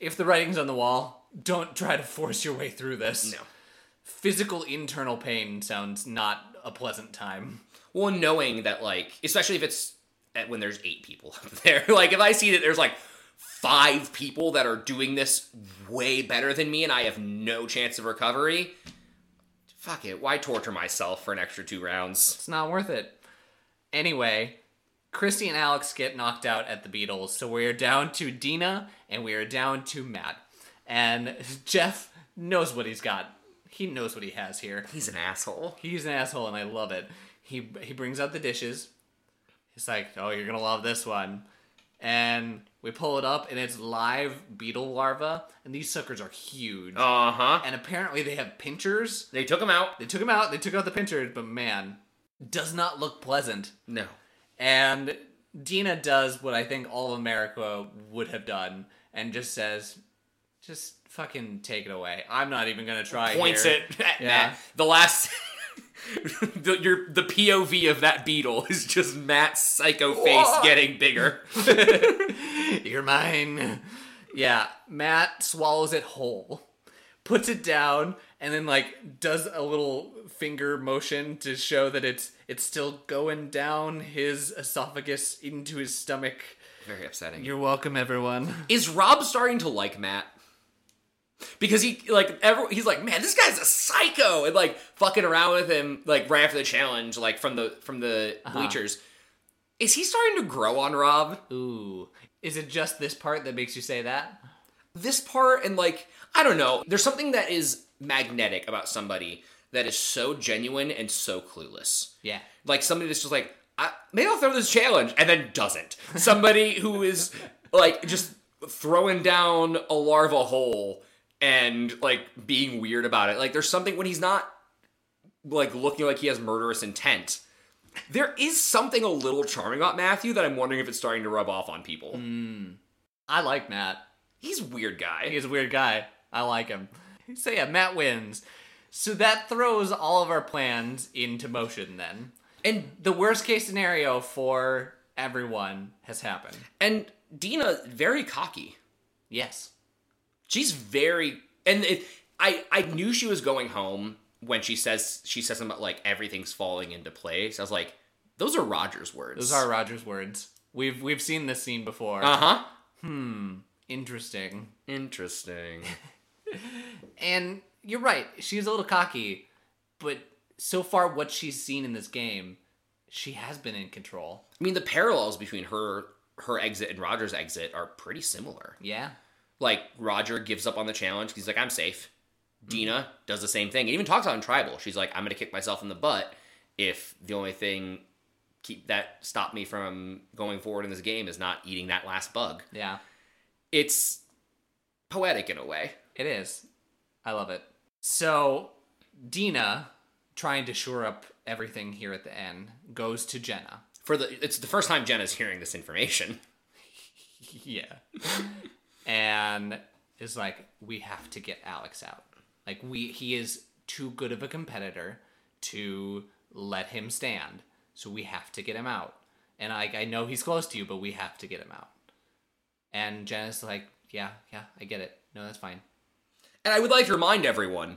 if the writing's on the wall, don't try to force your way through this. No. Physical internal pain sounds not a pleasant time. Well, knowing that, like, especially if it's at, when there's eight people up [LAUGHS] there, like, if I see that there's like five people that are doing this way better than me and I have no chance of recovery, fuck it. Why torture myself for an extra two rounds? It's not worth it. Anyway, Christy and Alex get knocked out at the Beatles, so we are down to Dina and we are down to Matt. And [LAUGHS] Jeff knows what he's got. He knows what he has here. He's an asshole. He's an asshole, and I love it. He he brings out the dishes. He's like, "Oh, you're gonna love this one," and we pull it up, and it's live beetle larva, and these suckers are huge. Uh huh. And apparently, they have pinchers. They took him out. They took them out. They took out the pinchers, but man, does not look pleasant. No. And Dina does what I think all of America would have done, and just says, "Just fucking take it away. I'm not even gonna try." Points here." it [LAUGHS] at Yeah. Matt. The last. [LAUGHS] the, your the POV of that beetle is just Matt's psycho face Whoa. getting bigger. [LAUGHS] You're mine. Yeah, Matt swallows it whole, puts it down, and then like does a little finger motion to show that it's it's still going down his esophagus into his stomach. Very upsetting. You're welcome, everyone. is Rob starting to like Matt? Because he like ever he's like, man, this guy's a psycho, and like fucking around with him like right after the challenge, like from the from the bleachers. Is he starting to grow on Rob? Ooh, is it just this part that makes you say that? This part and like I don't know. There's something that is magnetic about somebody that is so genuine and so clueless. Yeah. like somebody that's just like I, maybe I'll throw this challenge and then doesn't. Somebody who is like just throwing down a larva hole and like being weird about it. Like there's something when he's not like looking like he has murderous intent. There is something a little charming about Matthew that I'm wondering if it's starting to rub off on people. I like Matt. He's a weird guy. He's a weird guy. I like him. So yeah, Matt wins. So that throws all of our plans into motion then. And the worst case scenario for everyone has happened. and Dina very cocky. Yes. She's very and it, I I knew she was going home when she says she says something about like everything's falling into place. I was like, those are Roger's words. Those are Roger's words. We've we've seen this scene before. uh huh. Interesting. [LAUGHS] Interesting. And you're right. She's a little cocky, but so far what she's seen in this game, she has been in control. I mean, the parallels between her her exit and Roger's exit are pretty similar. Yeah. Like Roger gives up on the challenge. He's like, I'm safe. Mm-hmm. Dina does the same thing. It even talks on tribal. She's like, I'm gonna kick myself in the butt if the only thing keep that stop me from going forward in this game is not eating that last bug. Yeah. it's poetic in a way. It is. I love it. So Dina trying to shore up everything here at the end goes to Jenna. For the it's the first time Jenna's hearing this information. yeah and is like we have to get alex out like we he is too good of a competitor to let him stand so we have to get him out and i i know he's close to you but we have to get him out and jenna's like yeah yeah i get it no that's fine And I would like to remind everyone,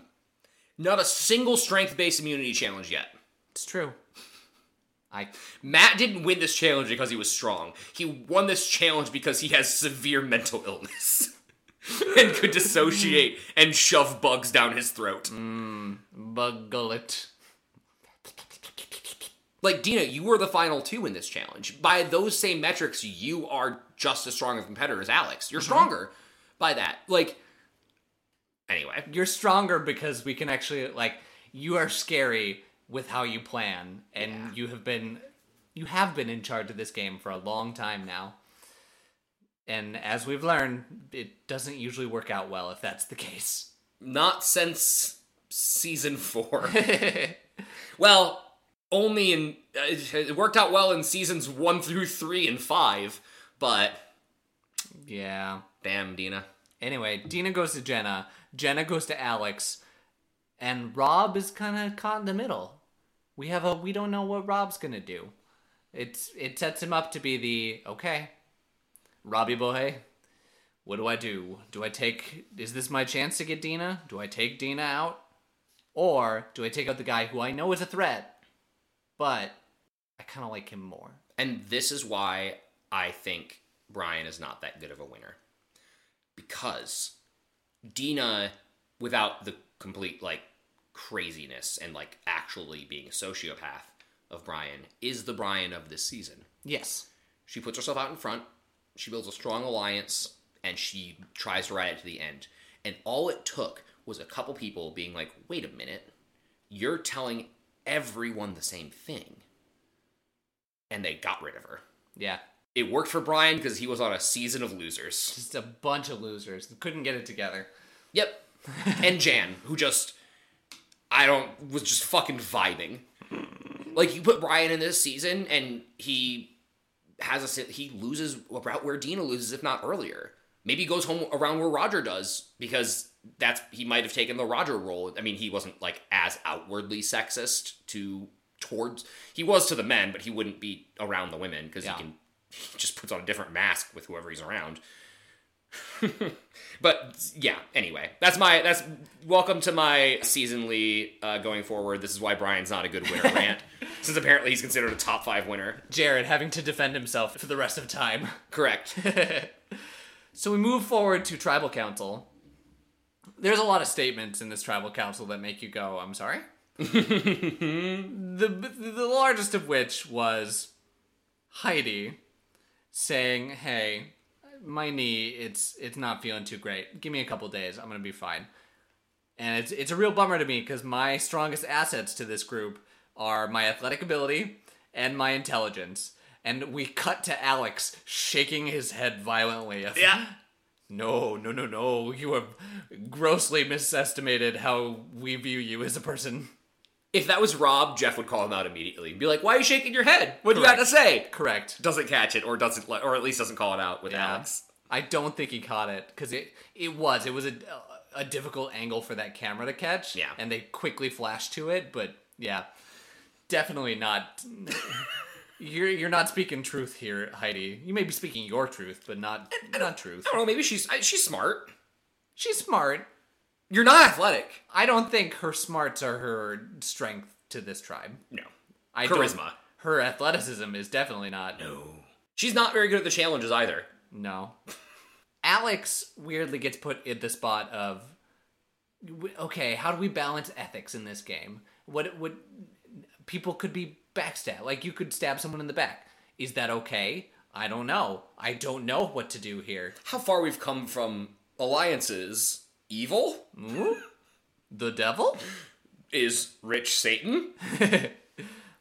not a single strength-based immunity challenge yet. it's true i Matt didn't win this challenge because he was strong. He won this challenge because he has severe mental illness [LAUGHS] and could dissociate and shove bugs down his throat. buggle it Like Dina, you were the final two in this challenge. By those same metrics, you are just as strong of a competitor as Alex. You're stronger by that. Like anyway, you're stronger because we can actually like you are scary with how you plan and you have been you have been in charge of this game for a long time now and as we've learned it doesn't usually work out well if that's the case [LAUGHS] not since season four. [LAUGHS] well, only in uh, it worked out well in seasons one through three and five, but yeah damn, Dina, anyway dina goes to jenna jenna goes to alex and rob is kind of caught in the middle we have a we don't know what rob's gonna do it's it sets him up to be the okay robbie bohe what do i do do i take is this my chance to get dina do i take dina out or do i take out the guy who i know is a threat but i kind of like him more and this is why I think Brian is not that good of a winner because Dina, without the complete like craziness and like actually being a sociopath of Brian is the Brian of this season. Yes. She puts herself out in front, she builds a strong alliance, and she tries to ride it to the end. And all it took was a couple people being like, wait a minute, you're telling everyone the same thing. And they got rid of her. Yeah. It worked for Brian because he was on a season of losers. Just a bunch of losers. Couldn't get it together. Yep. and Jan, who just I don't was just fucking vibing. Like you put Brian in this season and he has a si- he loses about where Dina loses, if not earlier. Maybe goes home around where Roger does because that's he might have taken the Roger role. I mean, he wasn't like as outwardly sexist to towards he was to the men, but he wouldn't be around the women because Yeah. he can he just puts on a different mask with whoever he's around. But yeah, anyway, that's my that's welcome to my seasonally uh, going forward. This is why Brian's not a good winner rant, [LAUGHS] since apparently he's considered a top five winner. Jared having to defend himself for the rest of time. [LAUGHS] Correct. So we move forward to tribal council. There's a lot of statements in this tribal council that make you go, "I'm sorry." the the largest of which was Heidi saying, "Hey, my knee, it's it's not feeling too great. Give me a couple days. I'm going to be fine." And it's it's a real bummer to me cuz my strongest assets to this group are my athletic ability and my intelligence. And we cut to Alex shaking his head violently. No, no, no, no. You have grossly misestimated how we view you as a person. If that was Rob, Jeff would call him out immediately and be like, "Why are you shaking your head? What do you got to Correct. say?" Correct. [LAUGHS] Doesn't catch it, or doesn't, li- or at least doesn't call it out with Alex. I don't think he caught it because it it was it was a a difficult angle for that camera to catch. Yeah. and they quickly flashed to it, but yeah, definitely [LAUGHS] not. you're you're not speaking truth here, Heidi. You may be speaking your truth, but not not truth. I don't know. Maybe she's I- she's smart. She's smart. You're not athletic. I don't think her smarts are her strength to this tribe. No. I don't- Charisma. Her athleticism is definitely not. No. She's not very good at the challenges either. No. Alex weirdly gets put in the spot of w- okay, how do we balance ethics in this game? What would people could be backstab? Like you could stab someone in the back. Is that okay? I don't know. I don't know what to do here. How far we've come from alliances, evil. The devil? is rich Satan.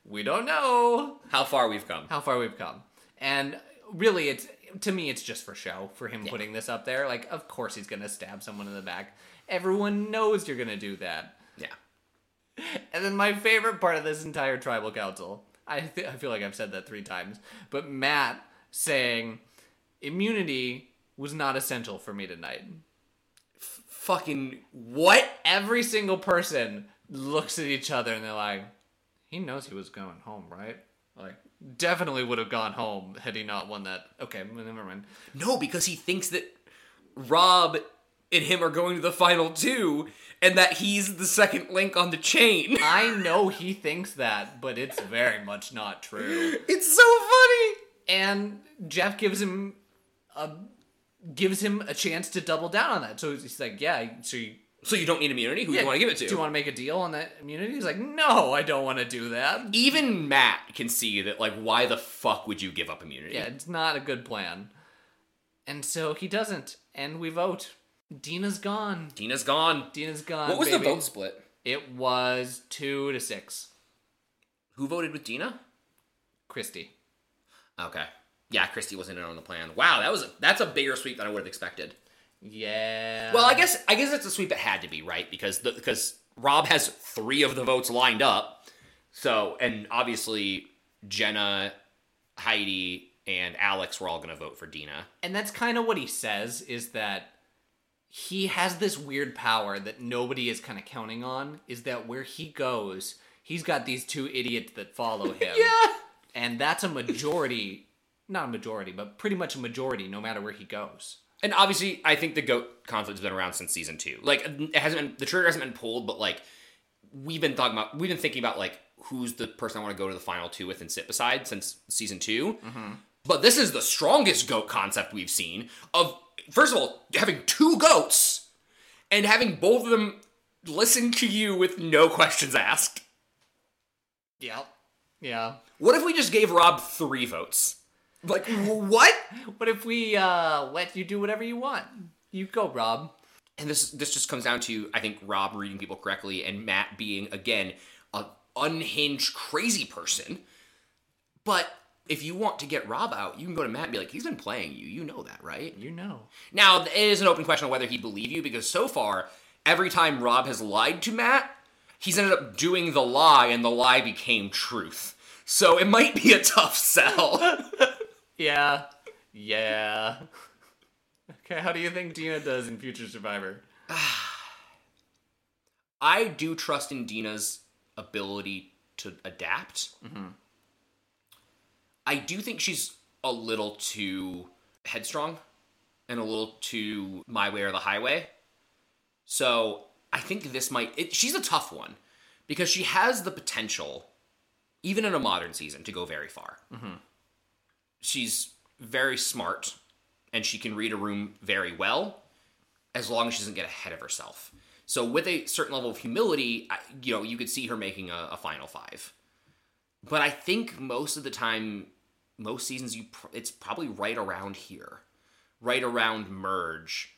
We don't know How far we've come. how far we've come. And really it's to me it's just for show for him putting this up there. Like of course he's going to stab someone in the back. Everyone knows you're going to do that. Yeah. And then my favorite part of this entire tribal council, I, th- I feel like I've said that three times, but Matt saying, immunity was not essential for me tonight. Fucking what? Every single person looks at each other and they're like, he knows he was going home, right? Like, definitely would have gone home had he not won that. Okay, well, never mind. No, because he thinks that Rob and him are going to the final two and that he's the second link on the chain. I know he thinks that, but it's very much not true. It's so funny. and Jeff gives him a gives him a chance to double down on that. So he's like, "Yeah, so you, So you don't need immunity? Who do you want to give it to? Do you want to make a deal on that immunity?" He's like, "No, I don't want to do that. Even Matt can see that, like, why the fuck would you give up immunity? Yeah, it's not a good plan." And so he doesn't, and we vote. Dina's gone. Dina's gone. Dina's gone. What was baby. the vote split? It was two to six. Who voted with Dina? Christy. Okay. Yeah, Christy wasn't in on the plan. Wow, that was that's a bigger sweep than I would have expected. Yeah. Well, I guess I guess it's a sweep. It had to be right because the, because Rob has three of the votes lined up. So and obviously Jenna, Heidi, and Alex were all going to vote for Dina. and that's kind of what he says is that he has this weird power that nobody is kind of counting on is that where he goes he's got these two idiots that [LAUGHS] follow him and that's a majority not a majority but pretty much a majority no matter where he goes And obviously, I think the goat conflict's been around since season two. Like it hasn't been the trigger hasn't been pulled, but like we've been talking about we've been thinking about like who's the person I want to go to the final two with and sit beside since season 2 But this is the strongest goat concept we've seen of first of all having two goats and having both of them listen to you with no questions asked. yeah Yeah. What if we just gave Rob three votes? Like wh- what? What if we uh, let you do whatever you want? You go, Rob. And this this just comes down to I think Rob reading people correctly and Matt being again a unhinged crazy person. But if you want to get Rob out, you can go to Matt and be like, he's been playing you. You know that, right? You know. Now, it is an open question on whether he'd believe you because so far, every time Rob has lied to Matt, he's ended up doing the lie and the lie became truth. So it might be a tough sell. [LAUGHS] Yeah. Yeah. [LAUGHS] okay, how do you think Dina does in Future Survivor? I do trust in Dina's ability to adapt. I do think she's a little too headstrong and a little too my way or the highway. So I think this might. It, she's a tough one because she has the potential, even in a modern season, to go very far. She's very smart and she can read a room very well as long as she doesn't get ahead of herself. So with a certain level of humility, I, you know, you could see her making a, a final five. But I think most of the time, most seasons, you pr- it's probably right around here, right around merge,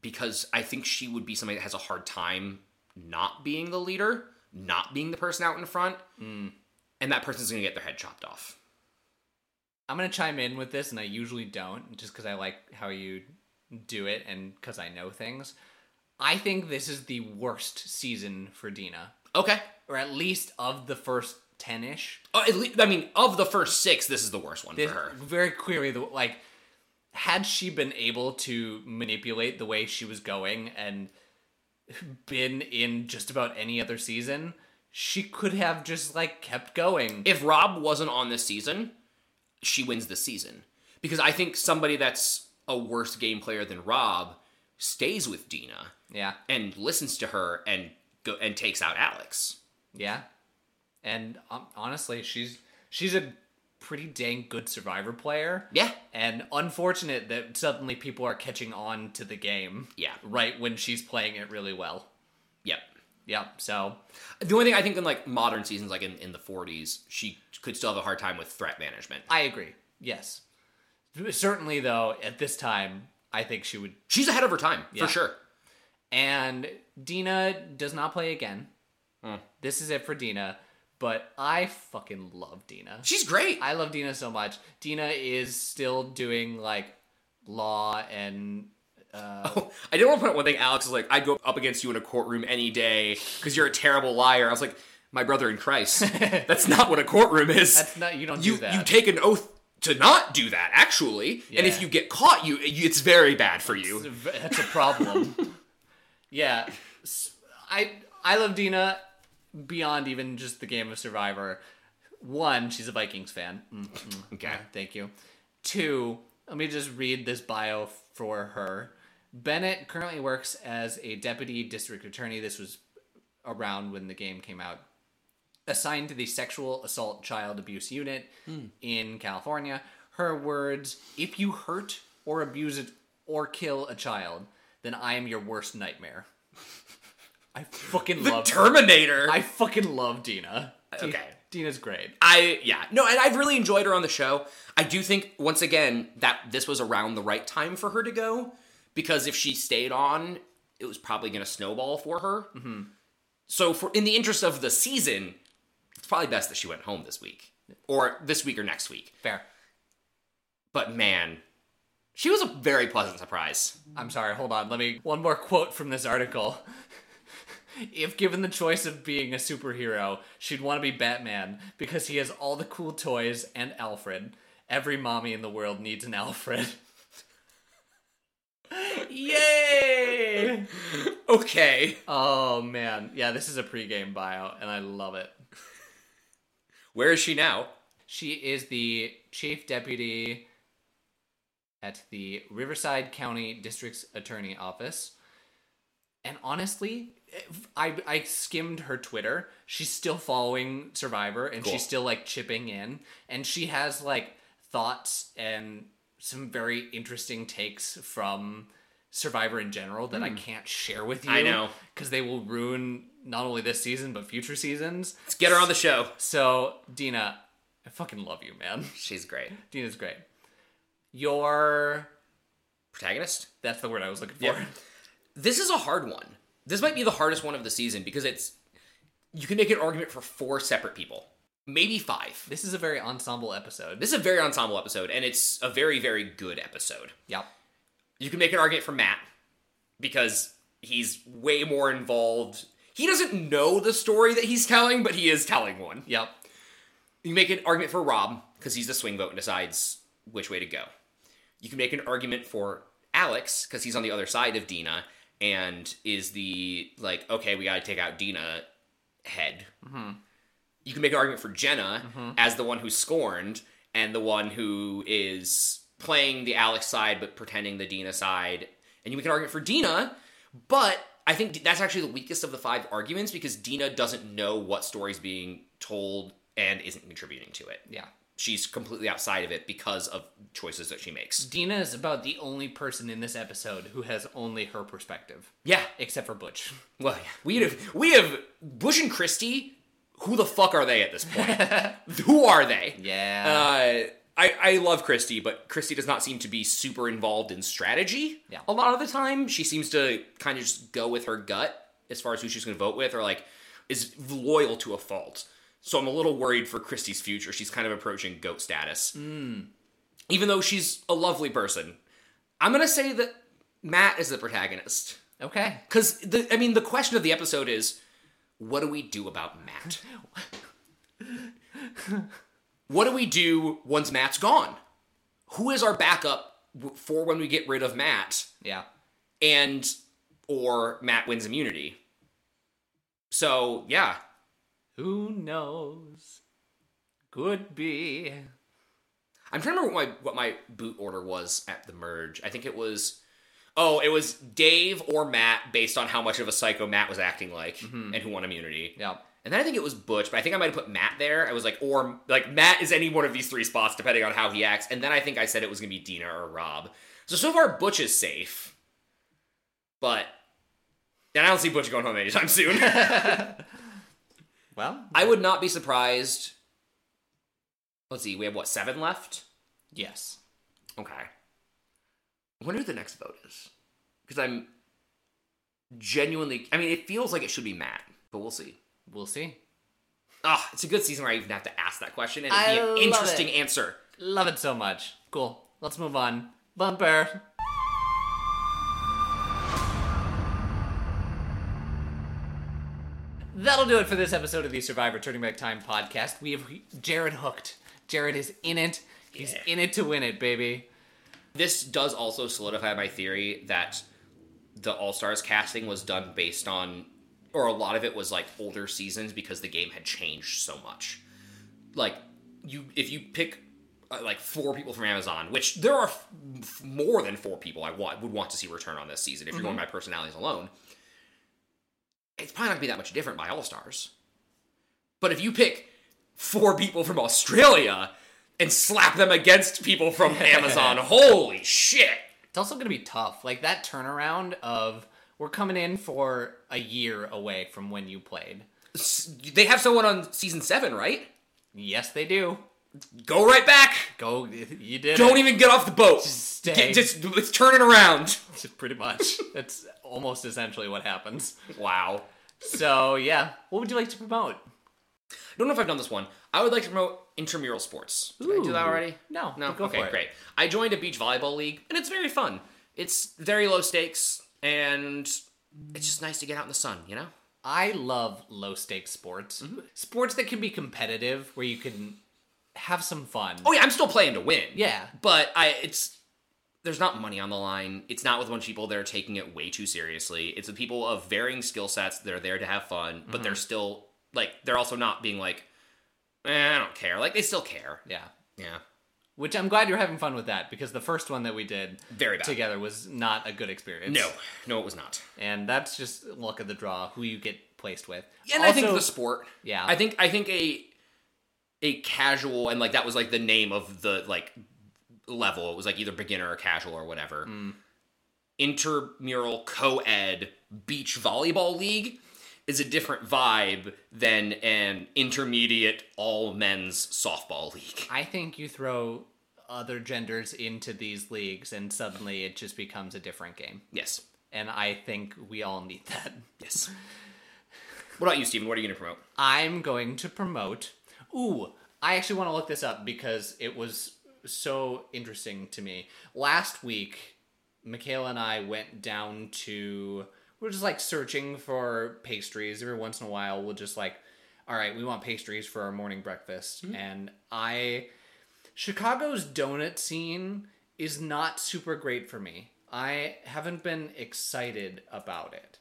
because I think she would be somebody that has a hard time not being the leader, not being the person out in front, and that person's gonna get their head chopped off. I'm gonna chime in with this, and I usually don't, just because I like how you do it and because I know things. I think this is the worst season for Dina, Okay, or at least of the first ten-ish. Uh, at least, I mean, of the first six, this is the worst one This for her. very clearly, the, like, had she been able to manipulate the way she was going and been in just about any other season, she could have just like kept going. if Rob wasn't on this season, she wins the season because I think somebody that's a worse game player than Rob stays with Dina yeah, and listens to her and go and takes out Alex. yeah, and um, honestly, she's she's a pretty dang good survivor player. Yeah, and unfortunate that suddenly people are catching on to the game. Yeah. Right when she's playing it really well. yep. Yep. So The only thing I think in like modern seasons, like in, in the 40s, she could still have a hard time with threat management. I agree. Yes. Certainly, though, at this time, I think she would. She's ahead of her time Yeah. for sure. And Dina does not play again. Hmm. This is it for Dina. But I fucking love Dina. She's great. I love Dina so much. Dina is still doing like law and [LAUGHS] I did want to point out one thing. Alex is like, I'd go up against you in a courtroom any day because you're a terrible liar. I was like, my brother in [LAUGHS] Christ. That's not what a courtroom is. that's not you don't you do that. you take an oath to not do that actually Yeah. and if you get caught you you- it's very bad for you That's a problem. [LAUGHS] yeah, S- I I love Dina beyond even just the game of Survivor. One, she's a Vikings fan. Mm, okay Thank you. Two, let me just read this bio for her. Bennett currently works as a deputy district attorney. This was around when the game came out. Assigned to the Sexual Assault Child Abuse Unit in California. Her words If you hurt or abuse it or kill a child, then I am your worst nightmare. I fucking love terminator I I, fucking love Dina. Di- Okay. Dina's great. yeah no and i've really enjoyed her on the show i do think once again that this was around the right time for her to go because if she stayed on it was probably going to snowball for her mm-hmm. so for in the interest of the season it's probably best that she went home this week or this week or next week Fair. but man she was a very pleasant surprise I'm sorry, hold on. Let me. One more quote from this article. if given the choice of being a superhero, she'd want to be Batman because he has all the cool toys and Alfred. Every mommy in the world needs an Alfred. [LAUGHS] Yay! okay Oh man. Yeah, this is a pregame bio, and I love it. Where is she now? She is the chief deputy at the Riverside County District's Attorney Office. And honestly, if- I, I skimmed her Twitter. She's still following Survivor and Cool. she's still like chipping in. And she has like thoughts and some very interesting takes from Survivor in general that I can't share with you. Hmm. I know. because they will ruin not only this season but future seasons. Let's get her on the show. So Dina, I fucking love you, man. [LAUGHS] She's great. Dina's great. Your Protagonist? that's the word I was looking for. Yeah. This is a hard one. This might be the hardest one of the season because it's you can make an argument for four separate people. Maybe five. [LAUGHS] This is a very ensemble episode. This is a very ensemble episode, and it's a very, very good episode. Yep. You can make an argument for Matt because he's way more involved. He doesn't know the story that he's telling, but he is telling one. Yep. You make an argument for Rob because he's the swing vote and decides which way to go. You can make an argument for Alex because he's on the other side of Dina and is the like okay we got to take out Dina head. You can make an argument for Jenna as the one who's scorned and the one who is playing the Alex side but pretending the Dina side, and you make an argument for Dina, but. I think that's actually the weakest of the five arguments because Dina doesn't know what story's being told and isn't contributing to it Yeah. she's completely outside of it because of choices that she makes. Dina is about the only person in this episode who has only her perspective, Yeah. except for Butch. Well, yeah. we have we have Bush and Christie. Who the fuck are they at this point? [LAUGHS] who are they? Yeah. Uh, I I love Christie, but Christie does not seem to be super involved in strategy. Yeah. A lot of the time, she seems to kind of just go with her gut as far as who she's going to vote with, or like is loyal to a fault. So I'm a little worried for Christie's future. She's kind of approaching goat status. Hmm. Even though she's a lovely person, I'm gonna say that Matt is the protagonist. Uh, okay. Because the, I mean, the question of the episode is, what do we do about Matt? what do we do once Matt's gone? Who is our backup w- for when we get rid of Matt Yeah. and or Matt wins immunity? So yeah, Who knows? Could be. I'm trying to remember what my what my boot order was at the merge. I think it was. Oh, it was Dave or Matt based on how much of a psycho Matt was acting like and who won immunity. Yeah. And then I think it was Butch, but I think I might have put Matt there. I was like, or like Matt is any one of these three spots depending on how he acts. And then I think I said it was gonna be Dina or Rob. So so far Butch is safe, but and I don't see Butch going home anytime [LAUGHS] soon. Well, I would not be surprised. Let's see, we have what seven left. yes. Okay. I wonder who the next vote is, because I'm genuinely. I mean, it feels like it should be Matt, but we'll see. We'll see. Ah, it's a good season where I even have to ask that question and it'd I be an love interesting it. answer. Love it so much. Cool. Let's move on. Bumper. That'll do it for this episode of the Survivor Turning Back Time podcast. We have Jared hooked. Jared is in it. He's Yeah. in it to win it, baby. This does also solidify my theory that the All Stars casting was done based on, or a lot of it was like older seasons because the game had changed so much. Like you, if you pick uh, like four people from Amazon, which there are f- f- more than four people I want would want to see return on this season. If you're Mm-hmm. going by personalities alone, it's probably not gonna be that much different by All Stars. But if you pick four people from Australia and slap them against people [LAUGHS] from Amazon, holy shit! It's also going to be tough. Like that turnaround of we're coming in for a year away from when you played. S- They have someone on season seven, right? Yes, they do. Go right back. Go. You did. Don't e- it. even get off the boat. Just stay. Get- just it's turning around. [LAUGHS] Pretty much. That's almost essentially what happens. Wow. So yeah, what would you like to promote? I don't know if I've done this one. I would like to promote intramural sports. Did I do that Ooh. already? No, No. but go okay, for it. great. I joined a beach volleyball league, and it's very fun. It's very low stakes, and it's just nice to get out in the sun. You know. I love low stakes sports. Sports that can be competitive, where you can have some fun. Oh yeah, I'm still playing to win. Yeah. But I it's there's not money on the line. It's not with a bunch of people that are taking it way too seriously. It's with people of varying skill sets that are there to have fun, but they're still like they're also not being like, eh, I don't care. Like they still care. Yeah. Yeah. Which I'm glad you're having fun with that because the first one that we did Very bad. together was not a good experience. No, no, it was not. And that's just luck of the draw, who you get placed with. And I think Also- the sport. Yeah. I think I think a a casual and like that was like Mm. the name of the like level. It was like either beginner or casual or whatever. intramural co-ed beach volleyball league is a different vibe than an intermediate all men's softball league. I think you throw other genders into these leagues and suddenly it just becomes a different game. Yes. And I think we all need that. Yes. What about you, Steven? What are you going to promote? I'm going to promote. Ooh, I actually want to look this up because it was so interesting to me. Last week, Michaela and I went down to. We're just like searching for pastries. Every once in a while, we'll just like, all right, we want pastries for our morning breakfast. And I. Chicago's donut scene is not super great for me. I haven't been excited about it.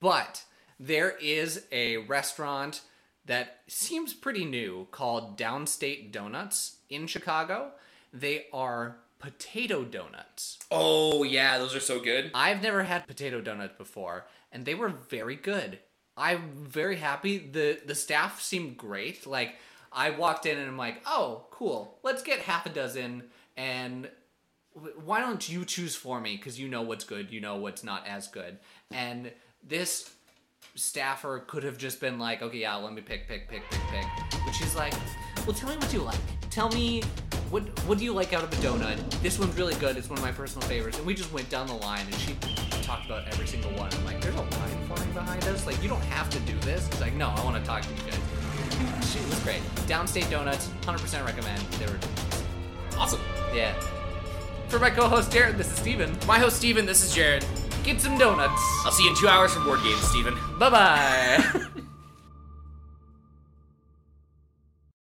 But there is a restaurant that seems pretty new called Downstate Donuts in Chicago. They are potato donuts. Oh, yeah, those are so good. I've never had potato donuts before, and they were very good. I'm very happy. the The staff seemed great. Like I walked in and I'm like, oh, cool. Let's get half a dozen, and w- why don't you choose for me? Because you know what's good, you know what's not as good. And this staffer could have just been like, okay, yeah, let me pick, pick, pick, pick, pick. But she's like, well, tell me what you like. Tell me what what do you like out of a donut? This one's really good. It's one of my personal favorites. And we just went down the line, and she talked about every single one. I'm like, there's a line forming behind us. Like, you don't have to do this. She's like, no, I want to talk to you guys. [LAUGHS] She was great. Downstate Donuts, 100% recommend. They were, Awesome. yeah. For my co-host Jared, this is Steven. My host, Steven, this is Jared. Get some donuts. I'll see you in two hours for board games, Steven. [LAUGHS] Bye bye.